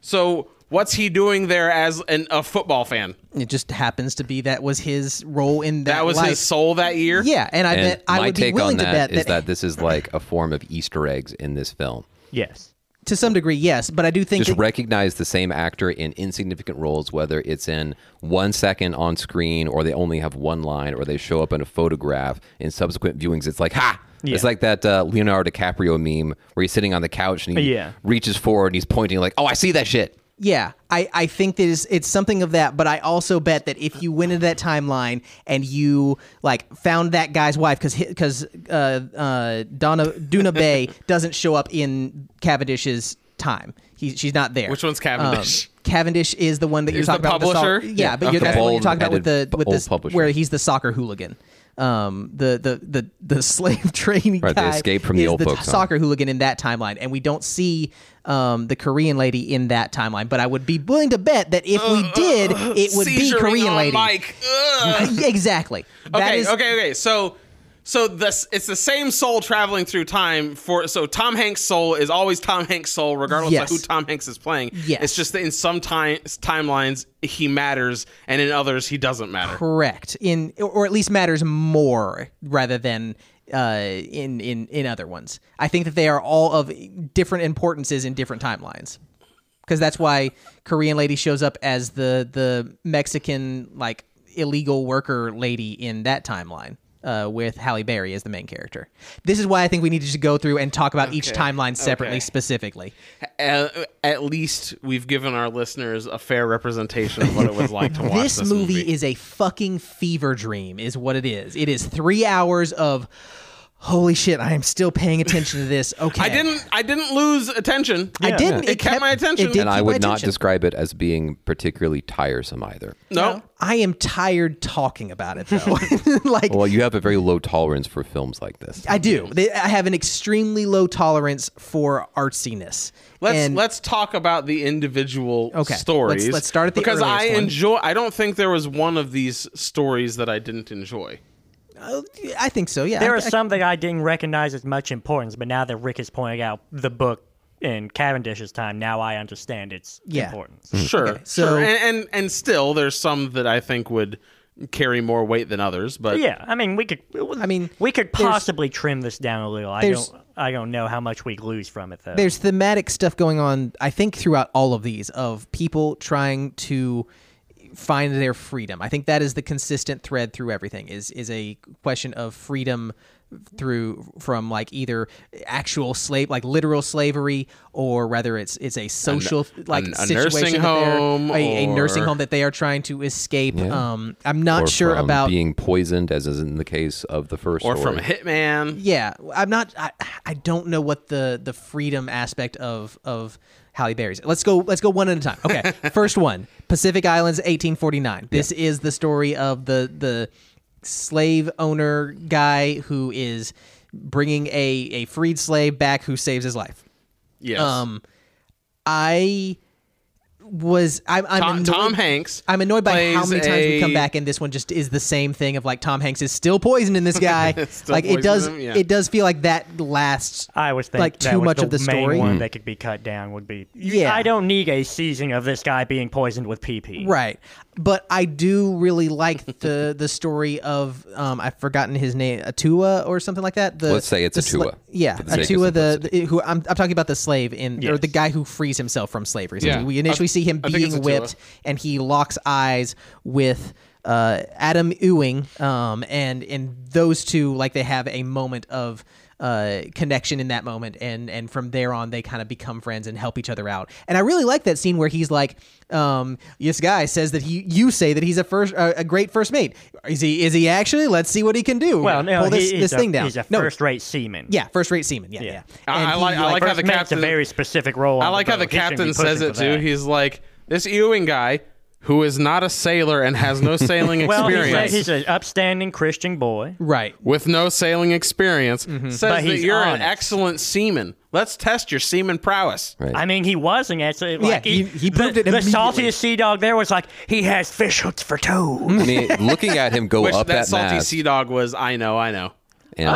so what's he doing there as an, a football fan?
it just happens to be that was his role in that.
That was
life.
his soul that year.
Yeah, and I
And
bet I
my
would be
take on
willing to
that
bet
is that this is like a form of Easter eggs in this film.
Yes.
to some degree, yes. But I do think
Just
that-
recognize the same actor in insignificant roles, whether it's in one second on screen or they only have one line or they show up in a photograph in subsequent viewings. It's like, ha! It's
Yeah.
like that uh, Leonardo DiCaprio meme where he's sitting on the couch and he
Yeah.
reaches forward and he's pointing, like, oh, I see that shit.
Yeah, I, I think that it's, it's something of that, but I also bet that if you went into that timeline and you like found that guy's wife because because uh, uh, Donna Duna Bay doesn't show up in Cavendish's time, he, she's not there.
Which one's Cavendish?
Um, Cavendish is the one that you're
Is the
talking about. with the soc-
publisher?
yeah,
Yeah,
but you're,
okay.
that's the one you're
Bald
talking about with the
headed
with
old
this
publisher.
where he's the soccer hooligan. Um, the the the the slave training
Right, the
guy
escape from the
is
old
the
folks' home.
soccer hooligan in that timeline, and we don't see um, the Korean lady in that timeline. But I would be willing to bet that if
Uh,
we did, it would be
Seizuring
Korean
on
lady.
Mike.
Uh,
Ugh.
yeah, exactly. that
okay,
is
okay, okay. So, so this it's the same soul traveling through time. For so Tom Hanks' soul is always Tom Hanks' soul, regardless
Yes.
of who Tom Hanks is playing.
Yes.
It's just that in some times timelines he matters, and in others he doesn't matter.
correct in, or at least matters more rather than uh, in in in other ones. I think that they are all of different importances in different timelines. because that's why Korean lady shows up as the the Mexican like illegal worker lady in that timeline. Uh, with Halle Berry as the main character. This is why I think we need to just go through and talk about each timeline separately,
okay.
specifically.
At, at least we've given our listeners a fair representation of what it was like to watch
This,
this,
movie, is a fucking fever dream, is what it is. It is three hours of holy shit. I am still paying attention to this. Okay,
I didn't. I didn't lose attention.
I didn't.
It kept my attention.
It did
and I
keep my
would not
attention.
describe it as being particularly tiresome either.
No.
I am tired talking about it though. like
Well, you have a very low tolerance for films like this.
I do. They, I have an extremely low tolerance for artsiness.
Let's
And-
let's talk about the individual
Okay,
stories.
let's- let's start at the
because I
earliest one.
enjoy. I don't think there was one of these stories that I didn't enjoy.
I think so. Yeah.
There
I-
are some that I didn't recognize as much importance, but now that Rick is pointing out the book in Cavendish's time, now I understand its
Yeah.
importance.
Sure,
Hmm. so-
sure, and, and and still there's some that I think would carry more weight than others. But
Yeah, I mean, we could.
I mean,
we could
there's-
possibly trim this down a little. I
there's-
don't. I don't know how much we lose from it though.
there's thematic stuff going on. I think throughout all of these of people trying to find their freedom. I think that is the consistent thread through everything. Is is a question of freedom through from like either actual slave like literal slavery or rather it's it's a social like
a
situation
nursing
that they're-
home
a, a nursing
or-
home that they are trying to escape um i'm not
or
sure
from
about
being poisoned, as is in the case of the first
or
story.
from a hitman.
Yeah, I'm not. I, I don't know what the the freedom aspect of of Halle Berry's. Let's go. Let's go one at a time. Okay, first one: Pacific Islands, 1849. This is the story of the the slave owner guy who is bringing a a freed Um, slave back who saves his life.
Yes.
Um, I was I'm, I'm
Tom,
annoyed,
Tom Hanks.
I'm annoyed by how
plays
many times we come
a-
back and this one just is the same thing of like Tom Hanks is still poisoning this guy.
Still
like it does
poisoning him, yeah.
it does feel like that lasts
I was thinking
like
that
too
was
much
the
of the
main
story.
Hmm.
one that could be cut down would be.
Yeah.
I don't need a season of this guy being poisoned with PP.
Right. But I do really like the the story of um I've forgotten his name Atua or something like that. The,
Let's say it's
the sla-
Atua,
yeah,
for the sake of
Atua the, the who I'm, I'm talking about the slave in or
Yes.
the guy who frees himself from slavery. So
Yeah.
we initially
I-
see him
I think it's
being
Atua.
whipped and he locks eyes with uh, Adam Ewing, um, and and those two like they have a moment of uh, connection in that moment, and and from there on they kind of become friends and help each other out. And I really like that scene where he's like, um, "This guy says that he, you say that he's a first, uh, a great first mate. Is he? Is he actually? Let's see what he can do.
Well, no,
pull this,
he is
this
a,
thing down.
He's a
no,
first-rate seaman.
yeah, first rate seaman. Yeah, yeah.
I-
And
I
he,
like- I like how
First
the
mate's
captain-
a very specific role.
I
on the
like how the
boat. He shouldn't be
captain
pushing
says
for
it too.
that.
He's like, this Ewing guy who is not a sailor and has no sailing
well, he
experience.
says he's an upstanding Christian boy.
right.
with no sailing experience says
Mm-hmm. But
that
he's
you're an
honest.
excellent seaman. Let's test your seaman prowess.
Right.
I mean, he was an actually.
Yeah,
Like,
he- he proved
the,
it
The
immediately.
saltiest sea dog there was like he has fish hooks for toes.
I mean, looking at him go
Which
up
that,
that,
salty Ah.
mast,
sea dog was. I know, I know.
Oh,
and-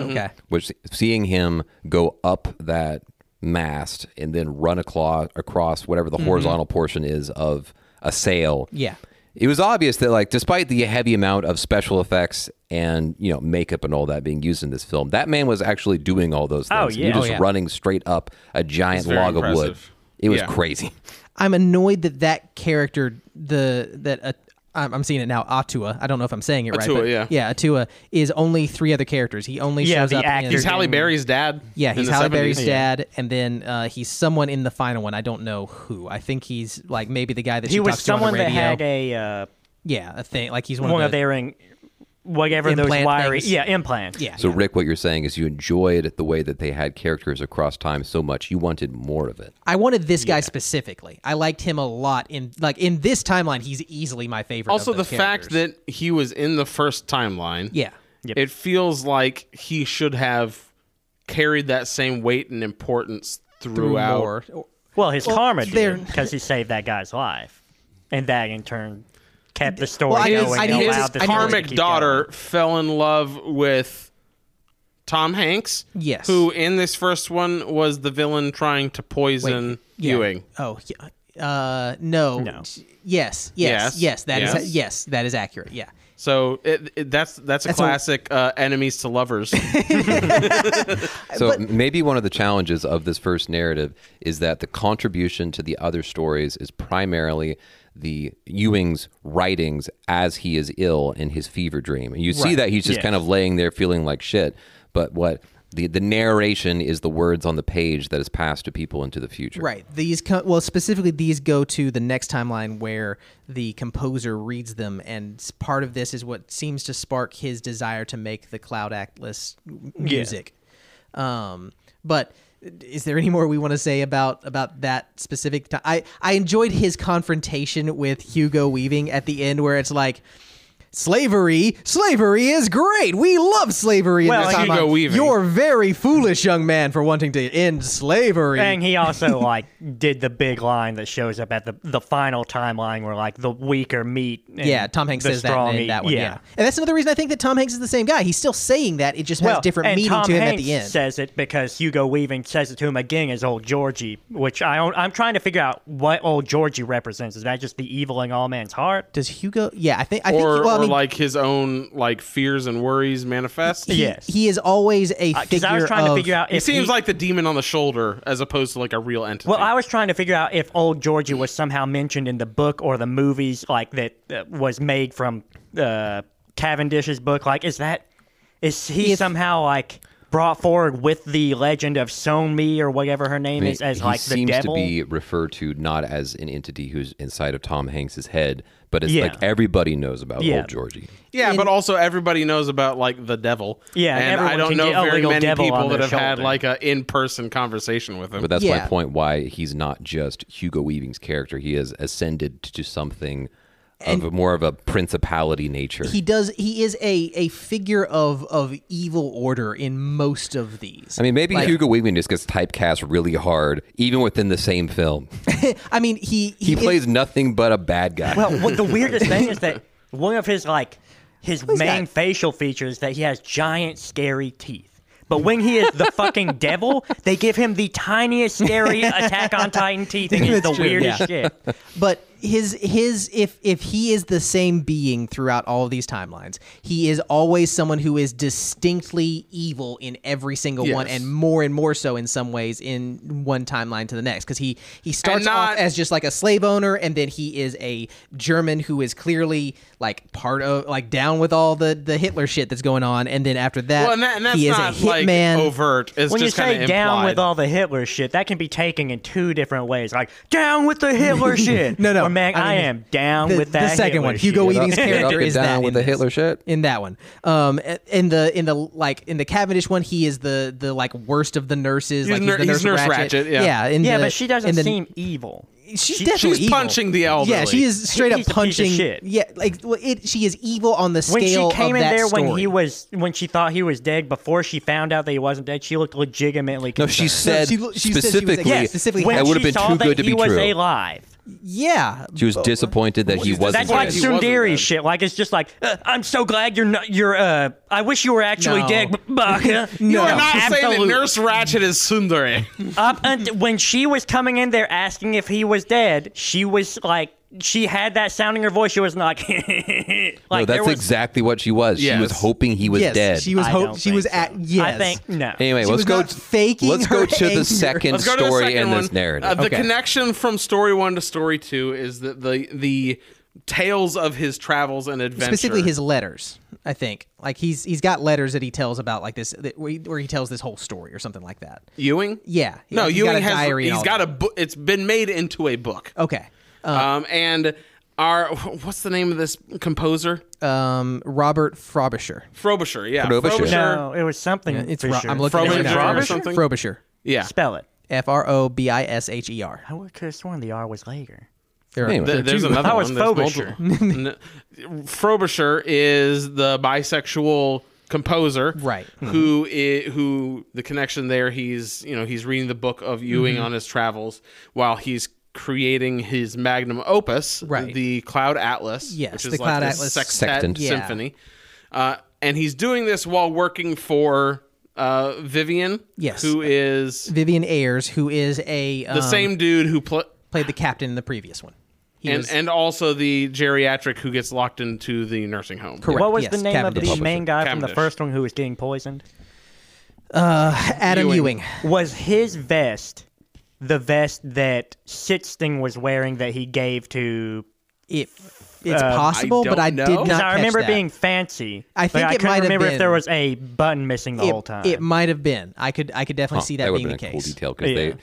Mm-hmm.
Okay.
which seeing him go up that mast and then run across, across whatever the horizontal portion is of a sail.
Yeah.
It was obvious that like despite the heavy amount of special effects and, you know, makeup and all that being used in this film, that man was actually doing all those things.
Oh,
And
yeah.
You're just
Oh, yeah.
running straight up a giant
very
log of wood.
impressive.
It was
Yeah.
crazy.
I'm annoyed that that character, the that uh, I'm, I'm seeing it now, Atua. I don't know if I'm saying it right.
Atua,
but-
yeah.
yeah, Atua is only three other characters. He only
Yeah,
shows
the
up.
actor.
in-
He's Halle Berry's dad.
yeah,
in
he's
the
Halle
70s.
Berry's dad, and then uh, he's someone in the final one. I don't know who. I think he's like maybe the guy that
He
she
was
talks to on the
someone that
radio.
had a uh,
yeah, a thing like he's one,
one
of
of
the,
their in- whatever those
Implant
wiry
things.
yeah implants.
yeah.
So Rick, what you're saying is you enjoyed the way that they had characters across time so much. You wanted more of it.
I wanted this guy specifically. I liked him a lot in like in this timeline. He's easily my favorite. of
Also, the
those
fact
characters.
that he was in the first timeline.
yeah,
It feels like he should have carried that same weight and importance throughout.
more.
Well, his karma
they're-
did because he saved that guy's life, and that in turn kept the story
Well, I
going.
just- I
and
need
allowed
to-
the
His
I need to
story to
karmic
keep
daughter
going.
fell in love with Tom Hanks.
Yes.
Who in this first one was the villain trying to poison
Yeah.
Ewing.
Oh, yeah. uh, no.
No.
Yes, yes,
Yes,
yes. That is yes.
yes.
that is accurate. Yeah.
So it, it- that's that's a
That's a-
classic uh, enemies to lovers.
So m- maybe one of the challenges of this first narrative is that the contribution to the other stories is primarily the Ewing's writings as he is ill in his fever dream. And you see that he's just
Yes.
kind of laying there feeling like shit, but what the, the narration is the words on the page that is passed to people into the future.
Right. These co- well, specifically these go to the next timeline where the composer reads them, and s- part of this is what seems to spark his desire to make the Cloud Atlas m- music. Um, but is there any more we want to say about about that specific time? I I enjoyed his confrontation with Hugo Weaving at the end, where it's like. Slavery, slavery is great. We love slavery.
Well,
in this
Hugo
timeline.
Weaving.
You're very foolish, young man, for wanting to end slavery.
And he also like did the big line that shows up at the the final timeline where like the weaker meat. And
Yeah, Tom Hanks
the
says that
strong
in
eat-
that one. Yeah. and that's another reason I think that Tom Hanks is the same guy. He's still saying that. It just has
Well,
different
and
meaning
Tom
to him
Hanks
at the end.
Says it because Hugo Weaving says it to him again as old Georgie, which I don't, I'm trying to figure out what old Georgie represents. Is that just the evil in all man's heart?
Does Hugo? Yeah, I think. I think.
or
well, I
or
mean,
like his own like fears and worries manifest.
he,
yes.
he is always a
Because
figure
Uh, I was trying
of,
to figure out.
He
if
seems like the demon on the shoulder as opposed to like a real entity.
Well, I was trying to figure out if old Georgie was somehow mentioned in the book or the movies, like that uh, was made from uh, Cavendish's book. Like, is that is he
If-
somehow like brought forward with the legend of Sonmi or whatever her name
I mean,
is as
he
like the
seems
devil?
to be referred to not as an entity who's inside of Tom Hanks's head, but it's
Yeah.
like everybody knows about
Yeah.
old Georgie.
yeah, but also everybody knows about like the devil.
Yeah,
and I
everyone
don't
can
know
get a
very
little
many
devil
people
on
that
their
have had
shoulder.
like a in-person conversation with him.
But that's
Yeah.
my point why he's not just Hugo Weaving's character. He has ascended to something of a, more of a principality nature.
He does. He is a a figure of of evil order in most of these.
I mean, maybe
Like-
Hugo Weaving just gets typecast really hard, even within the same film.
I mean, he
He
is-
plays nothing but a bad guy.
Well, what the weirdest thing is that one of his like his
he's
main
got-
facial features is that he has giant scary teeth. But when he is the fucking devil, they give him the tiniest scary Attack on Titan teeth, and it's the weirdest shit.
but his his if if he is the same being throughout all of these timelines, he is always someone who is distinctly evil in every single one,
Yes.
and more and more so in some ways in one timeline to the next. Because he he starts off
not-
as just like a slave owner, and then he is a German who is clearly like part of like down with all the the Hitler shit that's going on, and then after that,
Well, and, that, and that's
he is
not
a
like
hitman.
overt. It's
When you
just kind
say
of
down with all the Hitler shit, that can be taken in two different ways. Like, down with the Hitler shit.
No, no,
Or, man,
I
I,
mean,
am down
the-
with
the
that.
second
Hitler
one, Hugo
shit.
Weaving- Weaving's
Get up
character
and
is
down
that
with
in
the
this.
Hitler shit.
in that one. Um, in the in the like in the Cavendish one, he is the the like worst of the nurses.
He's
like
ner-
he's the nurse,
he's Nurse
Ratchet.
Ratchet, yeah.
in
Yeah,
the-
but she
in
doesn't
the-
seem evil.
She's
she-
definitely
she's
evil.
punching the elderly.
Yeah, she is straight up
He's a piece of
punching.
shit.
Yeah, like well, it. She is evil on the
when
scale
she came
of
in
that
there
story.
when he was when she thought he was dead before she found out that he wasn't dead she looked legitimately
No,
concerned.
she said
she lo- she said she was
specifically,
like- Yeah, specifically
when
that
would've
she
been
saw
too
that
good to
he
be
was
true.
alive
yeah,
she was disappointed that he
She's
wasn't
that's like
dead.
He wasn't
Sundari
dead.
shit like it's just like "Uh, i'm so glad you're not you're uh i wish you were actually
No.
dead Baka.
No.
You're not saying
Absolute.
that Nurse Ratchet is Sundere.
up unt- when she was coming in there asking if he was dead she was like she had that sound in her voice she was not like,
No,
there
that's
was
exactly what she was. She was
Yes.
hoping he was
yes,
dead.
she was.
I
Ho-
don't
she was
think
at.
so.
Yes,
i think no
Anyway,
She
let's
was
go.
not faking
let's go
her
to
anger.
the second
Let's go to the
story
second
in this
one.
narrative.
Uh, the
Okay.
connection from story one to story two is that the the tales of his travels and adventure,
specifically his letters. I think like he's he's got letters that he tells about like this that, where, he, where he tells this whole story or something like that.
Ewing.
Yeah,
no,
he's got
Ewing
a
has
diary and
he's
all
got
that. Uh-huh.
a book. It's been made into a book.
Okay.
um, and our what's the name of this composer?
Um, Robert Frobisher.
Frobisher. Yeah,
Frobisher.
no it was something
It's
for
Ro-
sure.
I'm looking at it
Frobisher
right now.
or something?
Frobisher.
Yeah,
spell it
F R O B I S H E R.
i would have sworn the r was later
There are-
Anyway.
there are
Th- there's
two.
another
That
one.
was
There's
Frobisher.
multiple- N- Frobisher is the bisexual composer,
Right.
Who i- who the connection there? He's you know he's reading the book of Ewing
Mm-hmm.
on his travels while he's creating his magnum opus,
Right.
The Cloud Atlas,
Yes,
which is
the
like
Cloud
a
Atlas
sextet
Sextant.
Yeah.
symphony, uh, and he's doing this while working for uh, Vivian,
Yes.
who is
Vivian Ayers, who is a um,
the same dude who pl-
played the captain in the previous one. He
and
was-
and also the geriatric who gets locked into the nursing home.
correct.
what was
yes,
the name
Cavendish.
of the main guy from the
Cavendish.
first one who was getting poisoned
Adam Ewing.
Ewing.
was his vest the vest that Sitting was wearing that he gave to
It, it's
Uh, I
possible, but
don't
I
know.
did not.
because I
catch
remember
that.
being fancy.
I
but
think
I
it
couldn't
might have
remember
been-
if there was a button missing the
It,
whole time.
it might have been. I could. I could definitely
Huh,
see that,
would've
being the
been a
case.
cool detail because
Yeah.
they,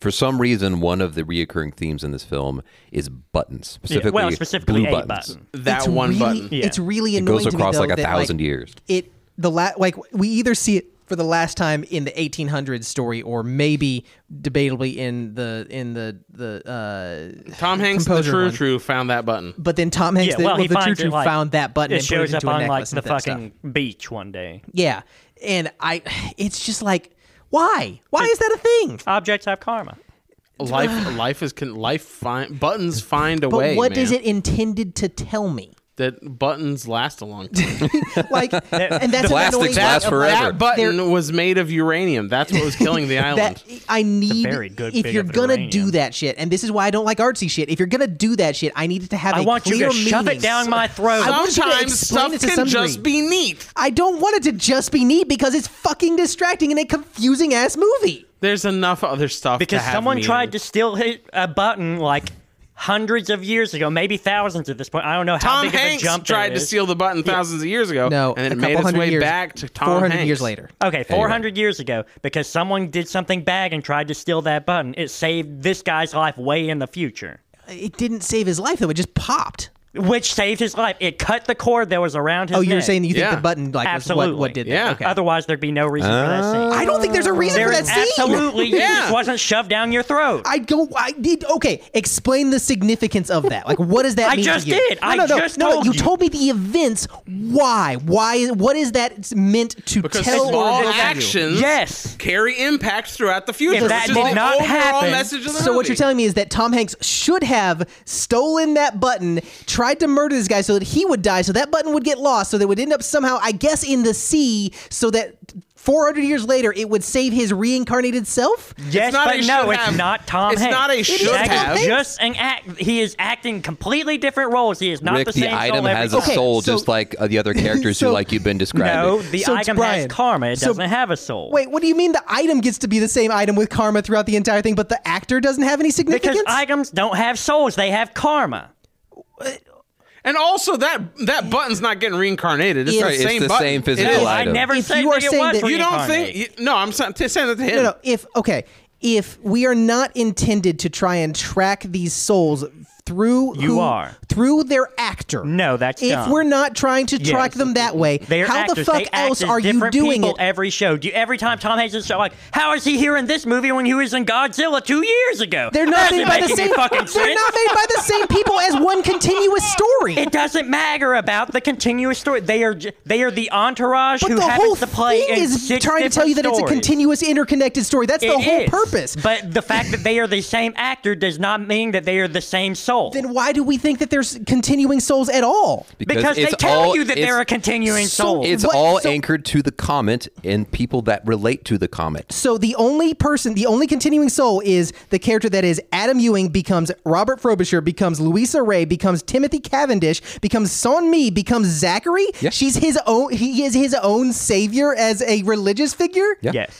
for some reason, one of the reoccurring themes in this film is buttons, specifically,
well, specifically
blue
a
buttons.
button.
That
It's
one
really,
button.
Yeah.
It's really
It
annoying
goes
to me,
across
though,
like a
that,
thousand years.
it the la- like we either see it for the last time in the 1800s story or maybe debatably in the in the the uh
Tom Hanks, in the
composer
True
one.
True, found that button.
but then Tom Hanks
yeah,
the,
well,
well,
he
the true
finds
true
it, like,
found that button
It
and
shows
put it
up
into a
on like
necklace
the
and that stuff.
fucking beach one day.
yeah and I it's just like why why is that a thing
Objects have karma.
Life, life is can life find buttons find a
but
way.
what is
man.
it intended to tell me
that buttons last a long time?
like and that's an annoying
Plastics last
part
forever.
that button was made of uranium. That's what was killing the island.
That I need.
very good
if
big
you're
of an
gonna
uranium.
do that shit, and this is why I don't like artsy shit. If you're gonna do that shit, I need it to have.
I
a
want you
clear
to shove it
meaning.
down my throat.
I want you to
Sometimes
explain
stuff
it to
can
some
just
degree.
be neat.
I don't want it to just be neat because it's fucking distracting and a confusing ass movie.
There's enough other stuff
Because
to have
someone
meaning.
tried to steal hit a button like hundreds of years ago, maybe thousands at this point. I don't know how
Tom
big
Hanks
of a jump there
tried to
is.
steal the button thousands of years ago.
No,
Oh, and then
a
it made
couple
its
hundred
way
years,
back to Tom
400
Hanks.
years later.
Okay, 400 years ago, because someone did something bad and tried to steal that button, it saved this guy's life way in the future.
It didn't save his life though; it just popped.
which saved his life. It cut the cord that was around his.
Oh, you're
neck.
saying that you think
Yeah.
the button like was what,
Absolutely.
what did
Yeah.
that? Okay.
Otherwise, there'd be no reason for that scene.
I don't think there's a reason
There
for that
is
scene.
absolutely
Yeah.
yeah. It just wasn't shoved down your throat.
I don't. I did. Okay, explain the significance of that. Like, what does that
I
mean? to
just
you?
did.
No,
I
no, no,
just
no,
told
you.
you.
told me the events. Why? Why? What is that meant to
Because
tell? or
small
reveal?
actions
Yes.
carry impacts throughout the future.
If that
which is
did
the
not
overall
happen-
message of the
So what
movie.
you're telling me is that Tom Hanks should have stolen that button, tried to murder this guy so that he would die, so that button would get lost, so they would end up somehow, I guess, in the sea, so that 400 years later it would save his reincarnated self.
Yes,
It's not a
but no,
should
it's
have.
not Tom
It's
Hanks.
not a It is should
That is
Tom Hanks.
Just an act. He is acting completely different roles. He is not
Rick,
the
the,
same.
item
soul every
has a
time.
Okay,
soul
so-
just like uh, the other characters
So-
who, like you've been describing.
No, the
So it's
item has
Brian.
karma. It
So-
doesn't have a soul.
Wait, what do you mean the item gets to be the same item with karma throughout the entire thing, but the actor doesn't have any significance?
because items don't have souls; they have karma.
and also that that button's not getting reincarnated. It's,
It's-
the
Right, it's
same
the
button.
same
It
physical
is.
item.
I never
If
said
you are
that it
saying
was
that-
You don't
reincarnated.
think? You, no, I'm sa- t- saying that to him.
No, no. If okay, if we are not intended to try and track these souls through
You
who-
are.
through their actor.
No, that's
if
dumb.
we're not trying to
Yes.
track them that way.
They are
how
actors.
the fuck
they act
else
as
are you
different
doing
people
it?
Every show, Do you, every time Tom Hanks is show, like, how is he here in this movie when he was in Godzilla two years ago?
They're
That
not
doesn't
made by
make
the
any
same.
fucking
They're
sense.
not made by the same people as one continuous story.
It doesn't matter about the continuous story. They are j- they are the entourage
but
who
the whole
happens to play
thing
in
is
six
trying to tell
different
you that it's a
stories.
continuous, interconnected story. That's the
It
whole
is.
purpose.
But the fact that they are the same actor does not mean that they are the same soul.
then why do we think that there's continuing souls at all?
because they
it's
tell
all-
you that
it's-
they're a continuing
So
soul.
It's
What-
all
so-
anchored to the comet and people that relate to the comet.
So the only person, the only continuing soul is the character that is Adam Ewing becomes Robert Frobisher, becomes Louisa Ray, becomes Timothy Cavendish, becomes Son Mi, becomes Zachary.
Yeah.
She's his own. He is his own savior as a religious figure.
Yeah.
yes.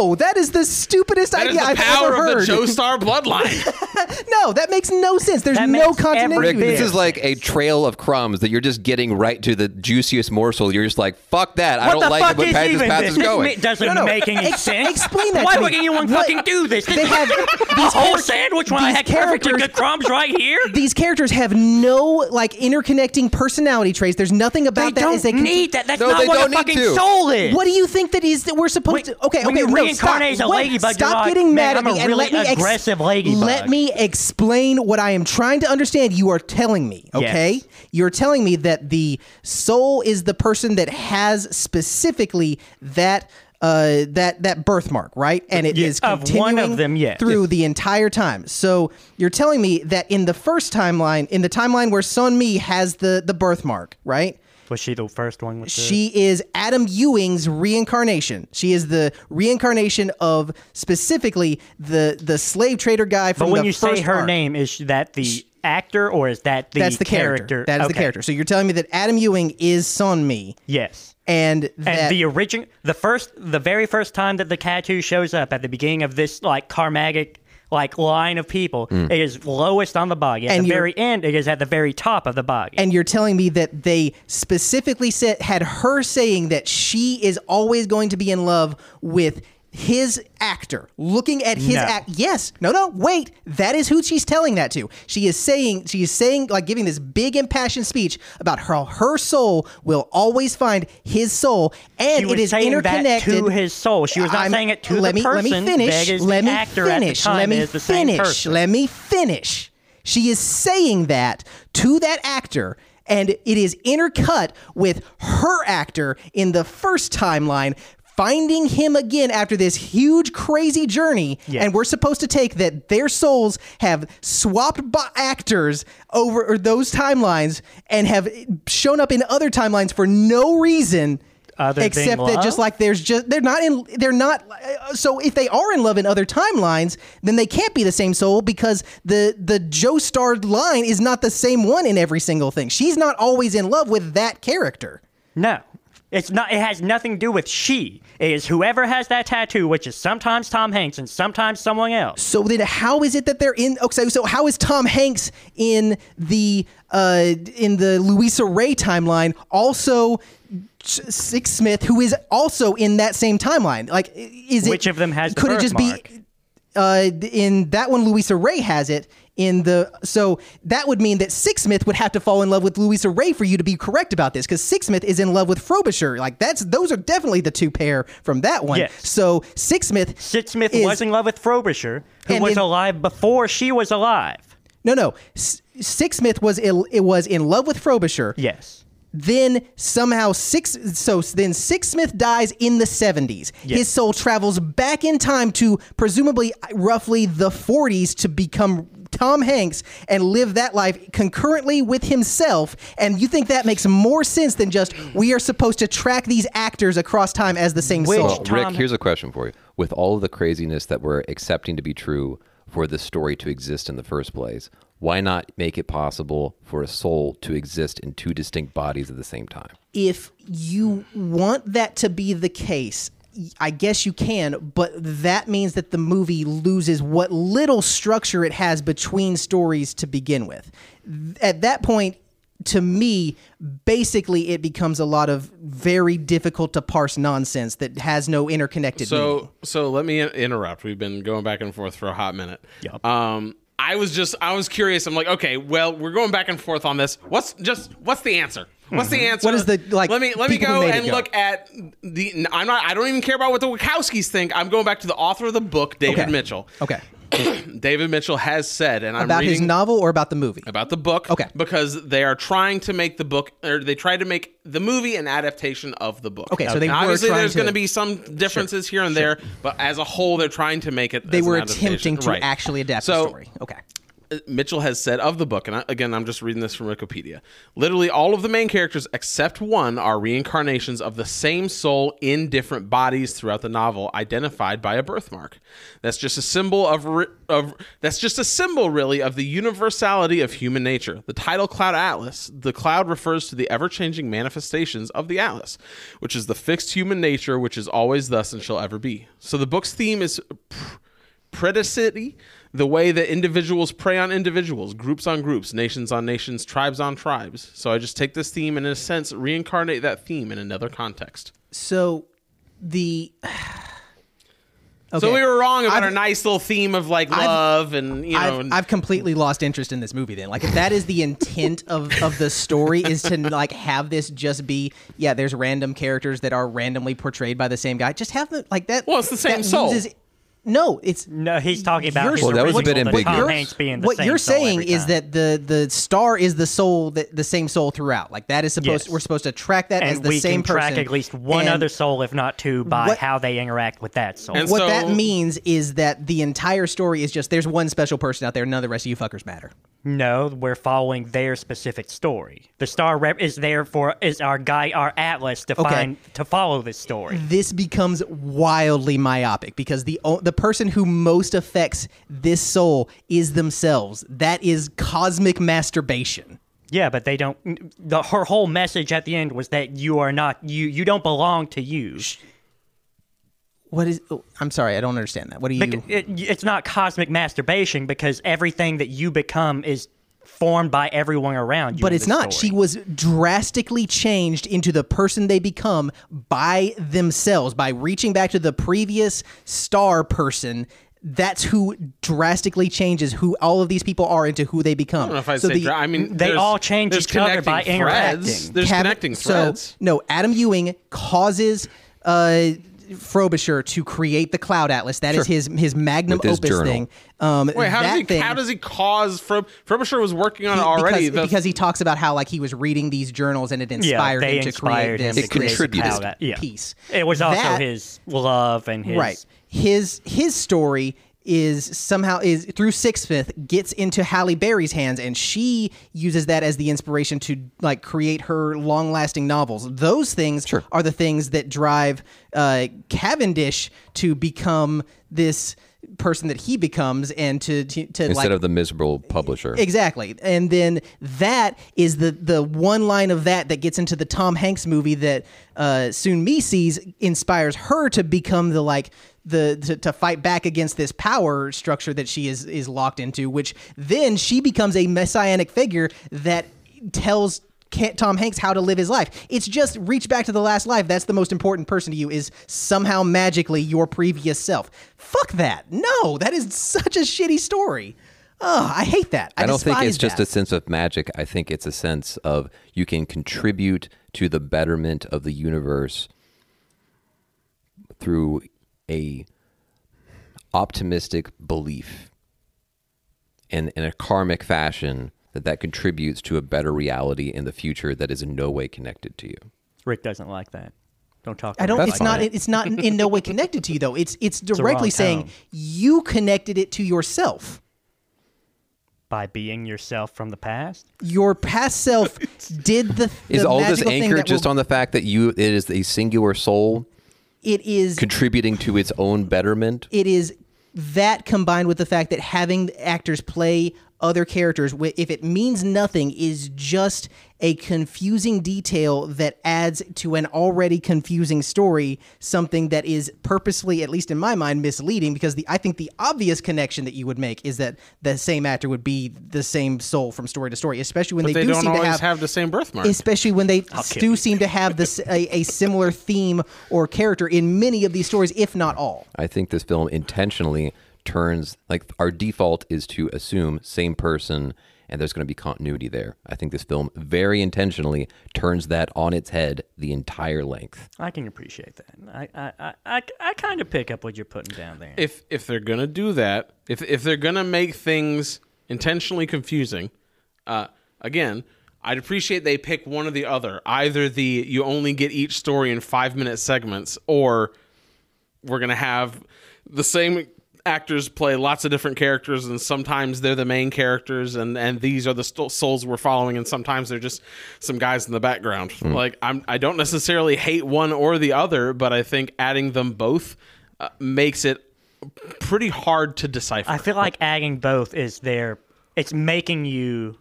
No, that is the stupidest
That is
idea
the
I've
power
ever heard.
of the Joestar bloodline.
no, that makes no sense. There's
That
no
makes
continuity.
every
Rick,
there.
this is like a trail of crumbs that you're just getting right to the juiciest morsel. You're just like, fuck that. I
What
don't
the
like
fuck
the
is
path this
even
path
this?
is going.
This doesn't
No, no.
make any
Ex-
sense.
explain that
Why
to me.
would anyone
What-
fucking do this? This
They
is
have-
a whole sandwich when I
these
had perfectly
characters-
good crumbs right here.
These characters have no like interconnecting personality traits. There's nothing
They
about that
don't
as a con-
need that. That's
No,
not
they
what
don't
a
need
fucking
to.
soul is.
What do you think that is that we're supposed
Wait,
to? Okay,
when
okay,
you
no, stop.
reincarnate as a
Wait,
ladybug, you're
stop
like,
getting
"Man,
mad
I'm
at
a
me and
really
let me ex-
aggressive ladybug."
Let me explain what I am trying to understand. You are telling me, okay?
Yes.
You're telling me that the soul is the person that has specifically that. Uh, that that birthmark, right? And it
Yeah,
is
of
continuing
one of them, yes.
through the entire time. So you're telling me that in the first timeline, in the timeline where Son Mi has the the birthmark, right?
Was she the first one with the-
She is Adam Ewing's reincarnation. She is the reincarnation of specifically the the slave trader guy from
But when
the
you
first
say her
arc.
name, is that the actor or is that the
That's the character. That is the
Okay.
character. So you're telling me that Adam Ewing is Son Mi,
Yes.
and
And
that
the original, the first, the very first time that the tattoo shows up at the beginning of this like Carmagic like line of people, it is lowest on the body. At
And
the
you're-
very end, it is at the very top of the body.
and you're telling me that they specifically said had her saying that she is always going to be in love with his actor looking at his
No.
act yes no no wait that is who she's telling that to she is saying she is saying like giving this big impassioned speech about how her soul will always find his soul and
she was
it is
saying that
interconnected
to his soul. She was not
I'm-
saying it to
let
the
me,
person.
Let me finish.
That is
let
the
me
actor
finish.
at the time
let me
is the same
finish.
person.
Let me finish. She is saying that to that actor, and it is intercut with her actor in the first timeline. Finding him again after this huge crazy journey,
Yes.
and we're supposed to take that their souls have swapped by actors over or those timelines and have shown up in other timelines for no reason,
Other than
except that
love?
just like there's just they're not in they're not uh, so if they are in love in other timelines then they can't be the same soul because the the joe star line is not the same one in every single thing she's not always in love with that character
No. It's not it has nothing to do with she. It is whoever has that tattoo, which is sometimes Tom Hanks and sometimes someone else.
so then how is it that they're in okay so how is tom hanks in the uh in the louisa ray timeline also Six Smith, who is also in that same timeline, like is it?
Which of them has the
Could it just be?
birthmark?
uh, in that one, Louisa Ray has it. In the so that would mean that Sixsmith would have to fall in love with Louisa Ray for you to be correct about this, because Sixsmith is in love with Frobisher. Like that's those are definitely the two pair from that one.
Yes.
So Sixsmith
Sid Smith
is-
was in love with Frobisher, who
And
was
in-
alive before she was alive.
No, no. S- Sixsmith was Ill, it was in love with Frobisher.
Yes.
Then somehow six so then Sixsmith dies in the 70s. His soul travels back in time to presumably uh, roughly the 40s to become Tom Hanks and live that life concurrently with himself and you think that makes more sense than just we are supposed to track these actors across time as the same
Which-
soul.
Well, Rick, here's a question for you. With all of the craziness that we're accepting to be true for this story to exist in the first place, why not make it possible for a soul to exist in two distinct bodies at the same time?
if you want that to be the case, I guess you can, but that means that the movie loses what little structure it has between stories to begin with. Th- At that point, to me, basically it becomes a lot of very difficult to parse nonsense that has no interconnected meaning.
So so let me interrupt. We've been going back and forth for a hot minute. Yep. Um I was just I was curious. I'm like, okay, well, we're going back and forth on this. What's just what's the answer? What's the answer?
Hmm. What is the, like,
Let me let me
people who
go
made it
and
go?
look at the I'm not I don't even care about what the Wachowskis think. I'm going back to the author of the book, David
Okay.
Mitchell.
Okay.
David Mitchell has said and I'm
About
reading
his novel or about the movie?
about the book
Okay.
because they are trying to make the book or they tried to make the movie an adaptation of the book
Okay, so they
And
were
obviously
trying
there's
to-
going to be some differences here and there but as a whole they're trying to make it
they
as an
were
adaptation.
attempting to
Right.
actually adapt
So,
the story. Okay.
Mitchell has said of the book, and I, again, I'm just reading this from Wikipedia. Literally, all of the main characters except one are reincarnations of the same soul in different bodies throughout the novel, identified by a birthmark. That's just a symbol of, re- of that's just a symbol, really, of the universality of human nature. The title Cloud Atlas, the cloud refers to the ever-changing manifestations of the Atlas, which is the fixed human nature, which is always thus and shall ever be. So the book's theme is. pr- predacity, the way that individuals prey on individuals, groups on groups, nations on nations, tribes on tribes. So I just take this theme and, in a sense, reincarnate that theme in another context.
So the
So
Okay.
we were wrong about
I've-
our nice little theme of like love and you know.
I've,
and-
I've completely lost interest in this movie then like if that is the intent of, of the story is to like have this just be yeah there's random characters that are randomly portrayed by the same guy just have the like that
Well, it's the same
that
soul.
loses- no it's
No, he's talking about
You're-
his
Well,
that was a
original,
bit
the
ambiguous.
Tom
you're-
Hanks being the
what
same
you're
soul every
saying is
time.
that the the star is the soul that the same soul throughout like that is supposed
Yes.
we're supposed to track that as
and
the
we
same
can track
person
at least one
And-
other soul, if not two, by
What-
how they interact with that soul.
And
what
So-
that means is that the entire story is just there's one special person out there none of the rest of you fuckers matter
No, we're following their specific story. The star rep is there for is our guy, our atlas to
Okay.
find to follow this story.
this becomes wildly myopic because the o- the person who most affects this soul is themselves. That is cosmic masturbation.
Yeah, but they don't. The her whole message at the end was that you are not you. You don't belong to you.
What is? oh, I'm sorry, I don't understand that. What do you?
Bec- it, it's not cosmic masturbation because everything that you become is formed by everyone around you.
but
in
it's
this
not.
story.
She was drastically changed into the person they become by themselves by reaching back to the previous star person. That's who drastically changes who all of these people are into who they become.
I don't know if I
so
say.
the,
dra- I mean,
they
there's-
all change
there's
each other by
connecting threads.
interacting.
There's
Cabot-
connecting
so,
threads.
No, Adam Ewing causes uh, Frobisher to create the Cloud Atlas. That is his his magnum
With his
opus
journal.
thing. Um,
Wait, how does
that
he?
thing,
How does he cause? Fro- Frobisher was working on
he-
it already.
because,
The-
because he talks about how like he was reading these journals and it inspired
they
him to
inspired
create
him
this.
to
this
create
contributed.
this
that- yeah.
piece.
It was also
That-
his love and his
right. His his story is somehow is through Sixsmith gets into Halle Berry's hands, and she uses that as the inspiration to like create her long lasting novels. Those things are the things that drive uh, Cavendish to become this person that he becomes, and to to, to
Instead
like
of the miserable publisher.
Exactly. And then that is the the one line of that that gets into the Tom Hanks movie that uh, Soon Mi sees inspires her to become the like the to, to fight back against this power structure that she is is locked into, which then she becomes a messianic figure that tells can't Tom Hanks how to live his life. It's just reach back to the last life. That's the most important person to you is somehow magically your previous self. Fuck that. No, that is such a shitty story. Oh, I hate that. I,
I don't think
despise
it's just
that.
a sense of magic. I think it's a sense of you can contribute to the betterment of the universe through a optimistic belief and in a karmic fashion that that contributes to a better reality in the future that is in no way connected to you.
Rick doesn't like that. Don't talk. to
I don't.
Rick
it's
like
not.
that.
It's not in no way connected to you though. It's it's
a wrong
directly saying
tone.
you connected it to yourself.
by being yourself from the past.
Your past self did the.
Is
the
all this
magical thing
anchored
that
just
will-
on the fact that you it is a singular soul
It is.
contributing to its own betterment?
it is that combined with the fact that having actors play other characters, wh- if it means nothing, is just a confusing detail that adds to an already confusing story. Something that is purposely, at least in my mind, misleading because the I think the obvious connection that you would make is that the same actor would be the same soul from story to story, especially when
But
they,
they,
do
don't
seem
always
to
have, the same birthmark.
especially when they do seem to have this a, a similar theme or character in many of these stories, if not all.
I think this film intentionally turns like our default is to assume same person and there's going to be continuity there. I think this film very intentionally turns that on its head the entire length.
I can appreciate that. I I I, I, I kind of pick up what you're putting down there.
if if they're gonna do that, if if they're gonna make things intentionally confusing, uh, again, I'd appreciate they pick one or the other. Either the you only get each story in five minute segments, or we're gonna have the same actors play lots of different characters and sometimes they're the main characters and and these are the st- souls we're following and sometimes they're just some guys in the background like i'm i don't necessarily hate one or the other but i think adding them both uh, makes it pretty hard to decipher
I feel like adding both is their. It's making you.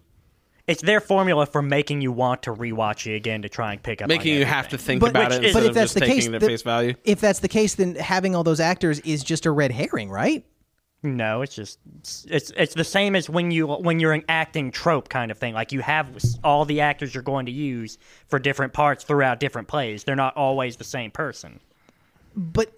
It's their formula for making you want to rewatch it again to try and pick up. on
making you
everything.
have to think
But-
about
Which
it
is-
instead
But
of just taking it at
the-
face value
If that's the case, then having all those actors is just a red herring, right?
No, it's just it's it's the same as when you when you're an acting trope kind of thing. Like you have s- all the actors you're going to use for different parts throughout different plays. They're not always the same person.
But